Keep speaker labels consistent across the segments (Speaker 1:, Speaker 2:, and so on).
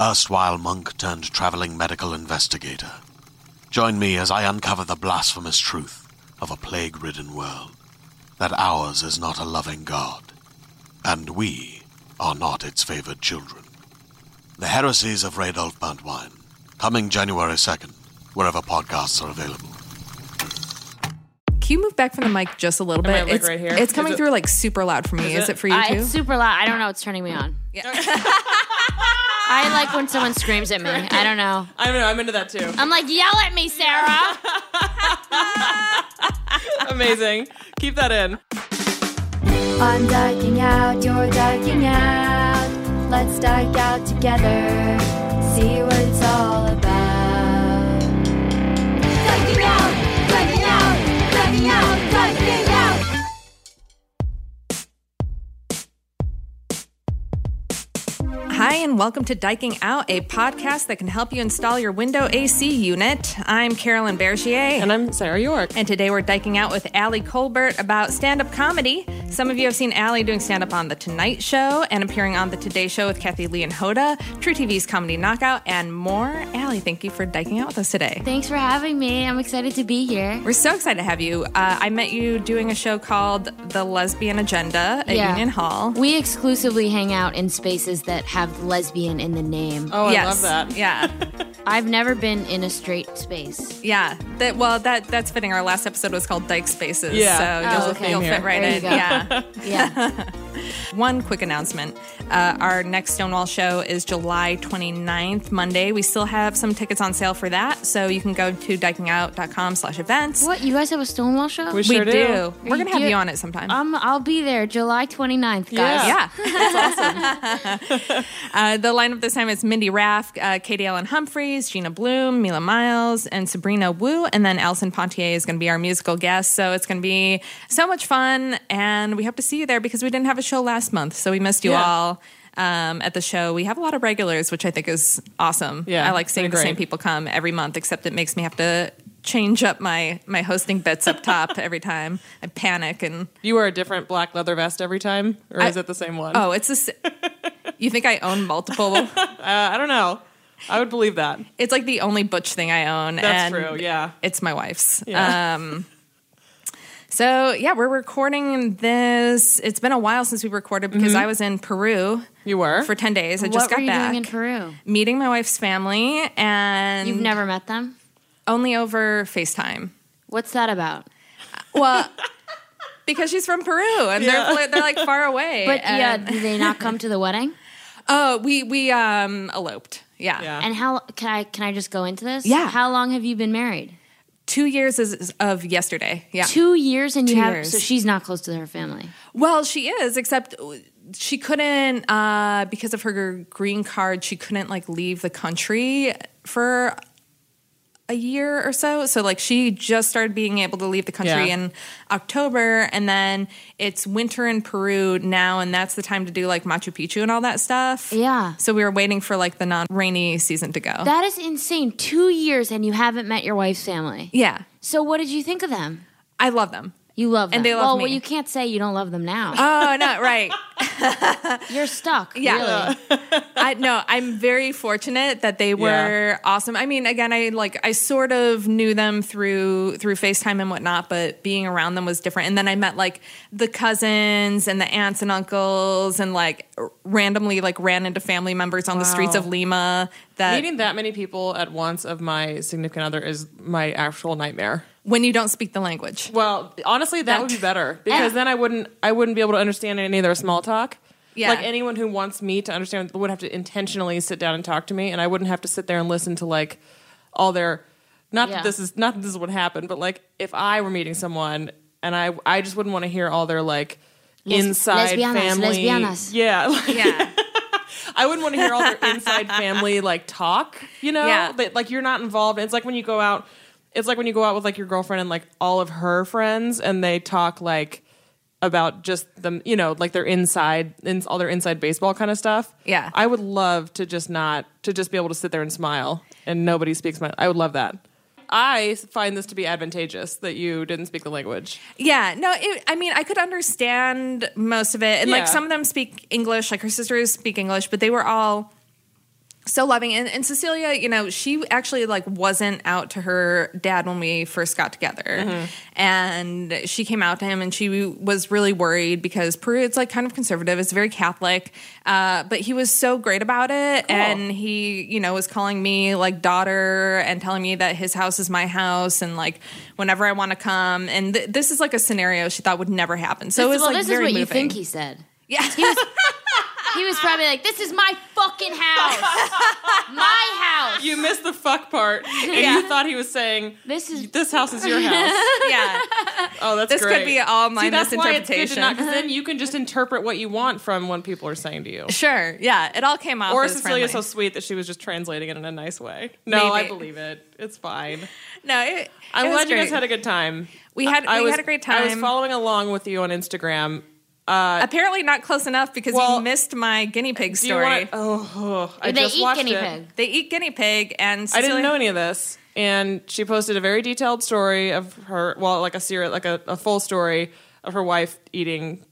Speaker 1: erstwhile monk turned traveling medical investigator. Join me as I uncover the blasphemous truth of a plague ridden world that ours is not a loving God, and we are not its favored children. The heresies of Radolf Burntwine, coming January 2nd, wherever podcasts are available.
Speaker 2: Can you move back from the mic just a little
Speaker 3: Am I,
Speaker 2: bit?
Speaker 3: like,
Speaker 2: it's,
Speaker 3: right here?
Speaker 2: it's
Speaker 3: Is
Speaker 2: coming
Speaker 3: it-
Speaker 2: through like super loud for me. Is,
Speaker 3: it-
Speaker 2: it, for you
Speaker 4: Uh,
Speaker 2: too?
Speaker 4: it's super loud. I don't know. It's turning me on. I like when someone screams at me. I don't know.
Speaker 3: I don't know. I'm into that too.
Speaker 4: I'm like, yell at me, Sarah.
Speaker 3: Amazing. Keep that in.
Speaker 5: I'm ducking out, you're ducking out. Let's duck out together, see what it's all about. Ducking out, ducking out, ducking out, ducking out.
Speaker 2: Hi, and welcome to Diking Out, a podcast that can help you install your window AC unit. I'm Carolyn Bergier.
Speaker 3: And I'm Sarah York.
Speaker 2: And today we're diking out with Allie Colbert about stand up comedy. Some of you have seen Allie doing stand up on The Tonight Show and appearing on The Today Show with Kathy Lee and Hoda, True TV's Comedy Knockout, and more. Allie, thank you for diking out with us today.
Speaker 4: Thanks for having me. I'm excited to be here.
Speaker 2: We're so excited to have you. Uh, I met you doing a show called The Lesbian Agenda at
Speaker 4: Yeah.
Speaker 2: Union Hall.
Speaker 4: We exclusively hang out in spaces that have lesbian in the name.
Speaker 3: Oh, I
Speaker 2: yes.
Speaker 3: love that.
Speaker 2: Yeah,
Speaker 4: I've never been in a straight space.
Speaker 2: yeah. That well, that that's fitting. Our last episode was called Dyke Spaces,
Speaker 3: Yeah.
Speaker 2: so
Speaker 4: Oh,
Speaker 2: you'll,
Speaker 4: okay.
Speaker 2: you'll fit
Speaker 4: There
Speaker 2: right
Speaker 4: you
Speaker 2: in.
Speaker 4: go.
Speaker 2: Yeah.
Speaker 4: Yeah.
Speaker 2: One quick announcement. Uh, our next Stonewall show is July 29th, Monday. We still have some tickets on sale for that, so you can go to dikingout.com slash events.
Speaker 4: what? You guys have a Stonewall show?
Speaker 3: We
Speaker 2: We
Speaker 3: sure do.
Speaker 2: do. We're going to have
Speaker 4: do-
Speaker 2: you on it sometime.
Speaker 4: um, I'll be there July 29th, guys.
Speaker 3: Yeah.
Speaker 2: yeah. uh, the lineup this time is Mindy Raff, uh, Katie Ellen Humphreys, Gina Bloom, Mila Miles, and Sabrina Wu. And then Alison Pontier is going to be our musical guest. So it's going to be so much fun. And we hope to see you there because we didn't have a show last month. So we missed you
Speaker 3: Yeah.
Speaker 2: all. Um, at the show, we have a lot of regulars, which I think is awesome.
Speaker 3: Yeah,
Speaker 2: I like seeing
Speaker 3: pretty
Speaker 2: the same
Speaker 3: great.
Speaker 2: people come every month, except it makes me have to change up my my hosting bits up top every time. I panic and
Speaker 3: You wear a different black leather vest every time, or
Speaker 2: I-
Speaker 3: is it the same one?
Speaker 2: oh, it's this. you think I own multiple?
Speaker 3: I don't know. I would believe that.
Speaker 2: It's like the only butch thing I own. and
Speaker 3: That's true. Yeah.
Speaker 2: It's my wife's.
Speaker 3: Yeah.
Speaker 2: Um, so yeah, we're recording this. It's been a while since we recorded because I was in Peru
Speaker 3: You were.
Speaker 2: for ten days. I
Speaker 4: Mm-hmm. What
Speaker 2: just got
Speaker 4: were you
Speaker 2: back, Mm.
Speaker 4: doing in Peru?
Speaker 2: meeting my wife's family, and
Speaker 4: You've never met them?
Speaker 2: only over Facetime.
Speaker 4: What's that about?
Speaker 2: Well, because she's from Peru and they're they're like far away.
Speaker 4: But
Speaker 2: and-
Speaker 4: yeah, did they not come to the wedding?
Speaker 2: oh, we we um eloped. Yeah,
Speaker 3: Yeah.
Speaker 4: And how can I can I just go into this?
Speaker 2: Yeah.
Speaker 4: How long have you been married?
Speaker 2: two years is, is of yesterday. Yeah,
Speaker 4: Two years, and you
Speaker 2: Two
Speaker 4: have
Speaker 2: years.
Speaker 4: so she's not close to her family.
Speaker 2: Well, she is, except she couldn't uh, because of her green card. She couldn't like leave the country for a year or so. So like she just started being able to leave the country
Speaker 3: Yeah.
Speaker 2: in October, and then it's winter in Peru now, and that's the time to do like Machu Picchu and all that stuff.
Speaker 4: Yeah.
Speaker 2: So we were waiting for like the non rainy season to go.
Speaker 4: That is insane. Two years, and you haven't met your wife's family.
Speaker 2: yeah,
Speaker 4: So what did you think of them?
Speaker 2: I love them.
Speaker 4: You love them,
Speaker 2: And they love
Speaker 4: well,
Speaker 2: me.
Speaker 4: well, you can't say you don't love them now.
Speaker 2: Oh no, right.
Speaker 4: You're stuck.
Speaker 2: Yeah.
Speaker 4: Really.
Speaker 2: I no, I'm very fortunate that they were awesome. I mean, again, I like I sort of knew them through through FaceTime and whatnot, but being around them was different. And then I met like the cousins and the aunts and uncles and like r- randomly like ran into family members on the streets of Lima. That
Speaker 3: Meeting that many people at once of my significant other is my actual nightmare.
Speaker 2: when you don't speak the language.
Speaker 3: Well, honestly, that would be better because
Speaker 4: Eh.
Speaker 3: then I wouldn't I wouldn't be able to understand any of their small talk.
Speaker 2: Yeah.
Speaker 3: Like anyone who wants me to understand would have to intentionally sit down and talk to me, and I wouldn't have to sit there and listen to like all their. Not
Speaker 4: Yeah.
Speaker 3: that this is not that this is what happened, but like if I were meeting someone and I I just wouldn't want to hear all their like
Speaker 4: Les-
Speaker 3: inside
Speaker 4: lesbianas,
Speaker 3: family.
Speaker 4: lesbianas.
Speaker 3: Yeah, like,
Speaker 2: Yeah.
Speaker 3: I wouldn't want to hear all their inside family like talk. You know,
Speaker 2: Yeah.
Speaker 3: That, like you're not involved. It's like when you go out. It's like when you go out with like your girlfriend and like all of her friends, and they talk like about just them. You know, like their inside, ins all their inside baseball kind of stuff.
Speaker 2: Yeah.
Speaker 3: I would love to just not to just be able to sit there and smile, and nobody speaks my. I would love that. I find this to be advantageous that you didn't speak the language.
Speaker 2: Yeah, no, it, I mean, I could understand most of it. And
Speaker 3: Yeah.
Speaker 2: like some of them speak English, like her sisters speak English, but they were all so loving. And, and Cecilia, you know, she actually like wasn't out to her dad when we first got together. And she came out to him and she was really worried because Peru, it's like kind of conservative. It's very Catholic. Uh, but he was so great about it. And he, you know, was calling me like daughter and telling me that his house is my house and like whenever I want to come. And th- this is like a scenario she thought would never happen. So it was
Speaker 4: well,
Speaker 2: like
Speaker 4: this is
Speaker 2: very
Speaker 4: what you
Speaker 2: moving.
Speaker 4: think he said.
Speaker 2: Yeah.
Speaker 4: He was probably like, "This is my fucking house, my house."
Speaker 3: You missed the fuck part, and you thought he was saying
Speaker 4: This is
Speaker 3: this house is your house.
Speaker 2: yeah.
Speaker 3: Oh, that's
Speaker 2: This could
Speaker 3: great.
Speaker 2: be all my
Speaker 3: See, that's Why it's good
Speaker 2: misinterpretation.
Speaker 3: to not, 'cause then you can just interpret what you want from what people are saying to you.
Speaker 2: Sure. Yeah. It all came off.
Speaker 3: Or
Speaker 2: as
Speaker 3: Cecilia's so
Speaker 2: friendly.
Speaker 3: sweet that she was just translating it in a nice way. No,
Speaker 2: Maybe.
Speaker 3: I believe it. It's fine.
Speaker 2: No, it,
Speaker 3: I'm
Speaker 2: it was
Speaker 3: glad you guys
Speaker 2: great.
Speaker 3: had a good time.
Speaker 2: We had-
Speaker 3: I
Speaker 2: we
Speaker 3: was-
Speaker 2: had a great
Speaker 3: I was
Speaker 2: time.
Speaker 3: following along with you on Instagram.
Speaker 2: Apparently not close enough because
Speaker 3: Well,
Speaker 2: you missed my guinea pig
Speaker 3: Do you
Speaker 2: story.
Speaker 3: want? Oh, oh, I
Speaker 4: they
Speaker 3: just
Speaker 4: eat
Speaker 3: watched
Speaker 4: guinea
Speaker 3: it.
Speaker 4: pig.
Speaker 2: they eat guinea pig, and
Speaker 3: I
Speaker 2: Cecilia,
Speaker 3: didn't know any of this, and she posted a very detailed story of her. Well, like a serious, like a, a full story of her wife eating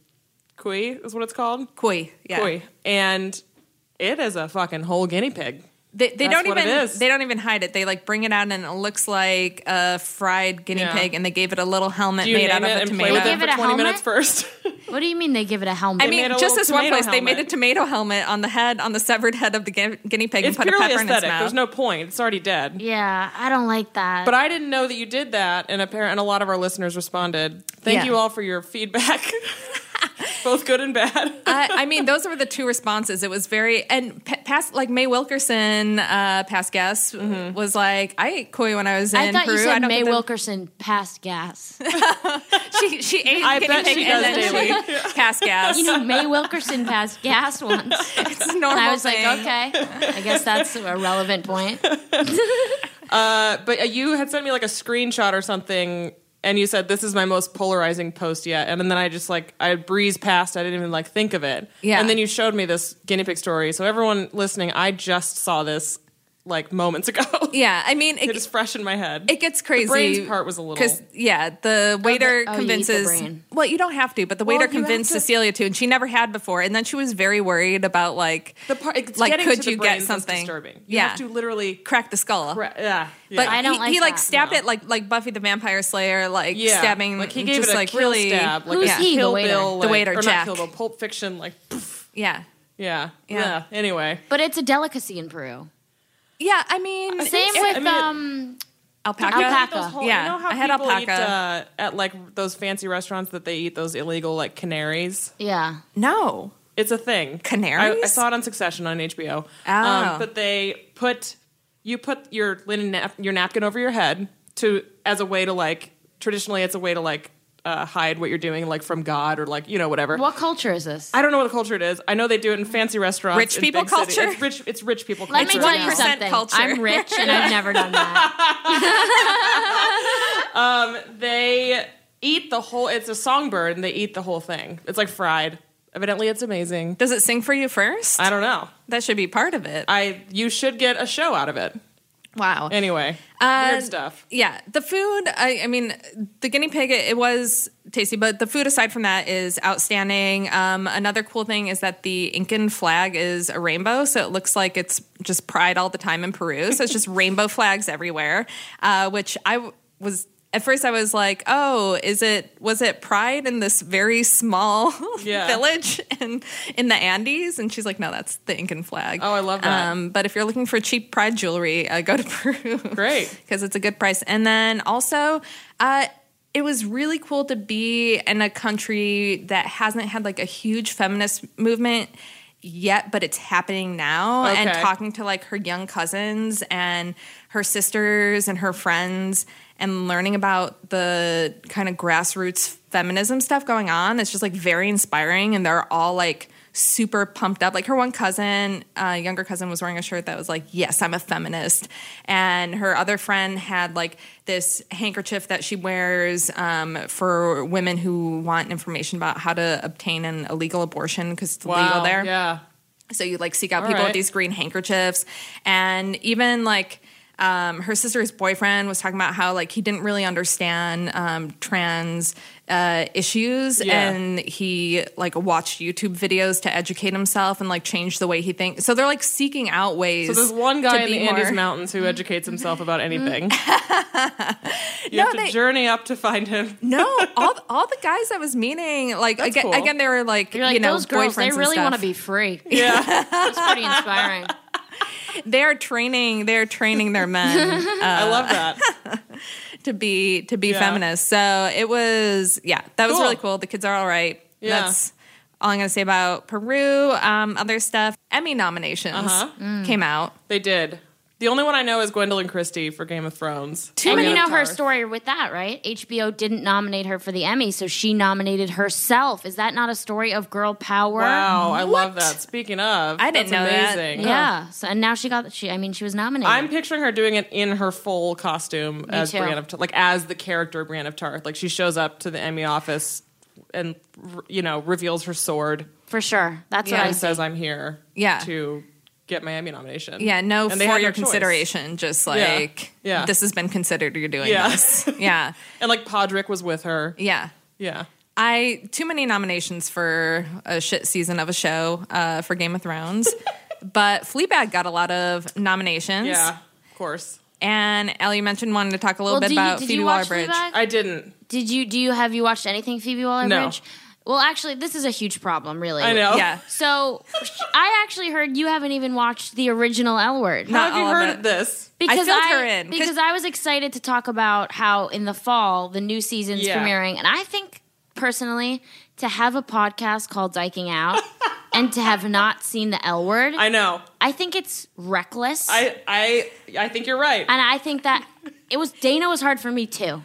Speaker 3: kui is what it's called.
Speaker 2: Koi, yeah.
Speaker 3: Koi. And it is a fucking whole guinea pig.
Speaker 2: They, they
Speaker 3: That's
Speaker 2: don't
Speaker 3: what
Speaker 2: even
Speaker 3: it is.
Speaker 2: they don't even hide it. They like bring it out, and it looks like a fried guinea
Speaker 3: Yeah.
Speaker 2: pig, and they gave it a little helmet
Speaker 3: Do you
Speaker 2: made out
Speaker 3: name
Speaker 2: of
Speaker 3: it
Speaker 2: a
Speaker 3: and play
Speaker 2: tomato.
Speaker 3: with
Speaker 4: They
Speaker 3: it
Speaker 4: give
Speaker 3: for
Speaker 4: it a
Speaker 3: 20 minutes
Speaker 4: helmet?
Speaker 3: first?
Speaker 4: What do you mean they give it a helmet?
Speaker 2: I mean,
Speaker 3: made a
Speaker 2: just
Speaker 3: little
Speaker 2: this one
Speaker 3: tomato
Speaker 2: place, they made a
Speaker 3: helmet.
Speaker 2: tomato helmet on the head, on the severed head of the gu- guinea pig,
Speaker 3: it's
Speaker 2: and put a
Speaker 3: purely
Speaker 2: pepper in its
Speaker 3: aesthetic.
Speaker 2: mouth.
Speaker 3: There's no point. It's already dead.
Speaker 4: yeah, I don't like that.
Speaker 3: But I didn't know that you did that, and apparent, and a lot of our listeners responded. Thank
Speaker 2: Yeah.
Speaker 3: you all for your feedback, both good and bad.
Speaker 2: I, I mean, those were the two responses. It was very and pa- past like May Wilkerson, uh, past guest
Speaker 3: Mm-hmm.
Speaker 2: was like, I ate koi when I was in
Speaker 4: I thought
Speaker 2: Peru.
Speaker 4: you said
Speaker 2: don't
Speaker 4: May
Speaker 2: get the-"
Speaker 4: Wilkerson passed gas.
Speaker 2: She she ate
Speaker 3: I
Speaker 2: guinea
Speaker 3: bet
Speaker 2: pig
Speaker 3: she
Speaker 2: and
Speaker 3: does
Speaker 2: then
Speaker 3: daily.
Speaker 2: she passed gas.
Speaker 4: you know, May Wilkerson passed gas once.
Speaker 2: it's a normal.
Speaker 4: And I was
Speaker 2: thing.
Speaker 4: like, okay, I guess that's a relevant point.
Speaker 3: But uh, you had sent me like a screenshot or something, and you said this is my most polarizing post yet. And then I just like I breezed past. I didn't even like think of it.
Speaker 2: Yeah.
Speaker 3: And then you showed me this guinea pig story. So everyone listening, I just saw this like moments ago.
Speaker 2: Yeah, I mean,
Speaker 3: It
Speaker 2: it,
Speaker 3: is fresh in my head.
Speaker 2: it gets crazy.
Speaker 3: brains part was a little-
Speaker 2: because yeah, the waiter
Speaker 4: oh, you eat the
Speaker 2: convinces.
Speaker 4: brain.
Speaker 2: well, you don't have to, but the
Speaker 3: you
Speaker 2: waiter
Speaker 3: have
Speaker 2: convinced
Speaker 3: to-
Speaker 2: Cecilia to, and she never had before. And then she was very worried about like
Speaker 3: the part it's
Speaker 2: like
Speaker 3: getting
Speaker 2: could
Speaker 3: to the
Speaker 2: you
Speaker 3: brains
Speaker 2: get
Speaker 3: that's
Speaker 2: something
Speaker 3: disturbing. You
Speaker 2: yeah,
Speaker 3: have to literally
Speaker 2: crack the skull.
Speaker 3: cra- yeah.
Speaker 2: But
Speaker 3: yeah.
Speaker 4: I don't
Speaker 2: he,
Speaker 4: like
Speaker 2: he like
Speaker 4: that.
Speaker 2: stabbed it like like Buffy the Vampire Slayer, like
Speaker 3: Yeah.
Speaker 2: stabbing.
Speaker 3: like he gave
Speaker 2: just
Speaker 3: it a
Speaker 2: like
Speaker 3: kill
Speaker 2: really
Speaker 3: stab, like
Speaker 4: Who's
Speaker 3: a
Speaker 4: he, the
Speaker 3: Kill
Speaker 4: waiter?
Speaker 3: Bill,
Speaker 2: The
Speaker 3: like-
Speaker 2: waiter,
Speaker 3: or not
Speaker 2: Jack.
Speaker 3: Kill Bill, Pulp Fiction, like poof.
Speaker 2: yeah,
Speaker 3: yeah,
Speaker 2: Yeah.
Speaker 3: yeah, Anyway,
Speaker 4: But it's a delicacy in Peru.
Speaker 2: yeah. I mean,
Speaker 4: Same
Speaker 2: it's-
Speaker 4: with
Speaker 3: I mean,
Speaker 4: um,
Speaker 2: alpaca.
Speaker 4: alpaca.
Speaker 3: those whole,
Speaker 2: Yeah,
Speaker 3: you know how
Speaker 2: I had
Speaker 3: people eat
Speaker 2: alpaca.
Speaker 3: uh, at like those fancy restaurants that they eat those illegal like canaries.
Speaker 4: yeah,
Speaker 2: No,
Speaker 3: It's a thing.
Speaker 2: Canaries?
Speaker 3: I, I saw it on Succession on HBO.
Speaker 2: Oh.
Speaker 3: Um, but they put you put your linen nap, your napkin over your head to as a way to like traditionally it's a way to like uh, hide what you're doing like from God or like you know whatever.
Speaker 4: what culture is this?
Speaker 3: I don't know what culture it is. I know they do it in fancy restaurants.
Speaker 2: Rich
Speaker 3: in
Speaker 2: people
Speaker 3: big cities.
Speaker 2: culture?
Speaker 3: It's rich. It's rich people
Speaker 4: Let
Speaker 3: culture.
Speaker 4: me tell you
Speaker 2: 1%
Speaker 4: something.
Speaker 2: culture.
Speaker 4: I'm rich and I've never done that.
Speaker 3: They eat the whole. It's a songbird, and they eat the whole thing. It's like fried. Evidently, it's amazing.
Speaker 2: does it sing for you first?
Speaker 3: I don't know.
Speaker 2: that should be part of it.
Speaker 3: I you should get a show out of it.
Speaker 2: wow.
Speaker 3: Anyway,
Speaker 2: And,
Speaker 3: weird stuff.
Speaker 2: Yeah, the food. I, I mean, the guinea pig. It, it was tasty, but the food aside from that is outstanding. Um, another cool thing is that the Incan flag is a rainbow, so it looks like it's just pride all the time in Peru. So it's just rainbow flags everywhere, uh, which I w- was at first I was like, oh, is it was it pride in this very small
Speaker 3: Yeah.
Speaker 2: village in in the Andes? And she's like, no, that's the Incan flag.
Speaker 3: Oh, I love that.
Speaker 2: Um, but if you're looking for cheap pride jewelry, uh, go to Peru.
Speaker 3: Great.
Speaker 2: because it's a good price. And then also, uh, it was really cool to be in a country that hasn't had like a huge feminist movement yet, but it's happening now. And
Speaker 3: Okay.
Speaker 2: talking to like her young cousins and her sisters and her friends and learning about the kind of grassroots feminism stuff going on. It's just like very inspiring. And they're all like, super pumped up. Like her one cousin, uh, younger cousin, was wearing a shirt that was like, "Yes, I'm a feminist," and her other friend had like this handkerchief that she wears um, for women who want information about how to obtain an illegal abortion because it's legal there.
Speaker 3: Yeah.
Speaker 2: So you like seek out
Speaker 3: All
Speaker 2: people with
Speaker 3: right.
Speaker 2: these green handkerchiefs, and even like um, her sister's boyfriend was talking about how like he didn't really understand um, trans uh, issues,
Speaker 3: Yeah.
Speaker 2: and he like watched YouTube videos to educate himself and like change the way he thinks. So they're like seeking out ways.
Speaker 3: So there's one guy
Speaker 2: to
Speaker 3: in
Speaker 2: be
Speaker 3: the Andes
Speaker 2: more- Mm.
Speaker 3: Mountains who educates himself about anything. you
Speaker 2: No,
Speaker 3: have to
Speaker 2: they-
Speaker 3: journey up to find him.
Speaker 2: no, all all the guys I was meeting, like
Speaker 3: That's
Speaker 2: again,
Speaker 3: cool.
Speaker 2: again, they were like,
Speaker 4: You're like
Speaker 2: you know,
Speaker 4: those girls.
Speaker 2: boyfriends
Speaker 4: They
Speaker 2: and
Speaker 4: really want to
Speaker 2: stuff.
Speaker 4: be free.
Speaker 3: Yeah,
Speaker 4: That's pretty inspiring.
Speaker 2: They're training. They're training their men.
Speaker 3: I love that.
Speaker 2: to be to be
Speaker 3: Yeah.
Speaker 2: feminist. So it was yeah, that was
Speaker 3: Cool.
Speaker 2: really cool. The kids are all right.
Speaker 3: Yeah.
Speaker 2: That's all I'm gonna say about Peru. Um, other stuff. Emmy nominations
Speaker 3: Uh-huh.
Speaker 2: Mm. came out.
Speaker 3: They did. The only one I know is Gwendolyn Christie for Game of Thrones.
Speaker 4: and
Speaker 3: Or
Speaker 4: you
Speaker 3: the
Speaker 4: know
Speaker 3: Avatar.
Speaker 4: her story with that, right? HBO didn't nominate her for the Emmy, so she nominated herself. Is that not a story of girl power?
Speaker 3: Wow, I love that. Speaking of,
Speaker 2: I didn't
Speaker 3: that's
Speaker 2: know that.
Speaker 3: amazing.
Speaker 4: Yeah. So and now she got she. I mean, she was nominated.
Speaker 3: I'm picturing her doing it in her full costume as
Speaker 4: too.
Speaker 3: Brienne of Tarth, like as the character Brienne of Tarth. Like she shows up to the Emmy office and r- you know reveals her sword
Speaker 4: for sure. That's
Speaker 2: Yeah.
Speaker 4: what I
Speaker 3: and
Speaker 4: said.
Speaker 3: says, "I'm here
Speaker 2: Yeah.
Speaker 3: to get my Emmy nomination."
Speaker 2: Yeah, no
Speaker 3: And they
Speaker 2: for
Speaker 3: had
Speaker 2: your
Speaker 3: no choice.
Speaker 2: consideration. Just like
Speaker 3: Yeah.
Speaker 2: this has been considered. You're doing
Speaker 3: Yeah.
Speaker 2: this. Yeah,
Speaker 3: And like Podrick was with her.
Speaker 2: yeah.
Speaker 3: Yeah,
Speaker 2: I too many nominations for a shit season of a show uh, for Game of Thrones, but Fleabag got a lot of nominations.
Speaker 3: yeah, of course.
Speaker 2: And Ellie mentioned wanting to talk a little
Speaker 4: Well,
Speaker 2: bit
Speaker 4: do you,
Speaker 2: about
Speaker 4: did
Speaker 2: Phoebe
Speaker 4: you watch
Speaker 2: Waller-Bridge.
Speaker 4: Fleabag?
Speaker 3: I didn't.
Speaker 4: Did you do you have you watched anything Phoebe Waller-Bridge? Well, actually, this is a huge problem, really.
Speaker 3: I know.
Speaker 2: Yeah.
Speaker 4: So, sh- I actually heard you haven't even watched the original L Word.
Speaker 3: How have you
Speaker 2: all of
Speaker 3: heard
Speaker 2: it.
Speaker 3: of this?
Speaker 4: Because
Speaker 2: filled her in, 'cause-
Speaker 4: because I was excited to talk about how in the fall the new season's
Speaker 3: Yeah.
Speaker 4: premiering, and I think personally to have a podcast called Diking Out and to have not seen the L Word,
Speaker 3: I
Speaker 4: I,
Speaker 3: know.
Speaker 4: think it's reckless.
Speaker 3: I I I think you're right.
Speaker 4: and I think that it was Dana was hard for me too.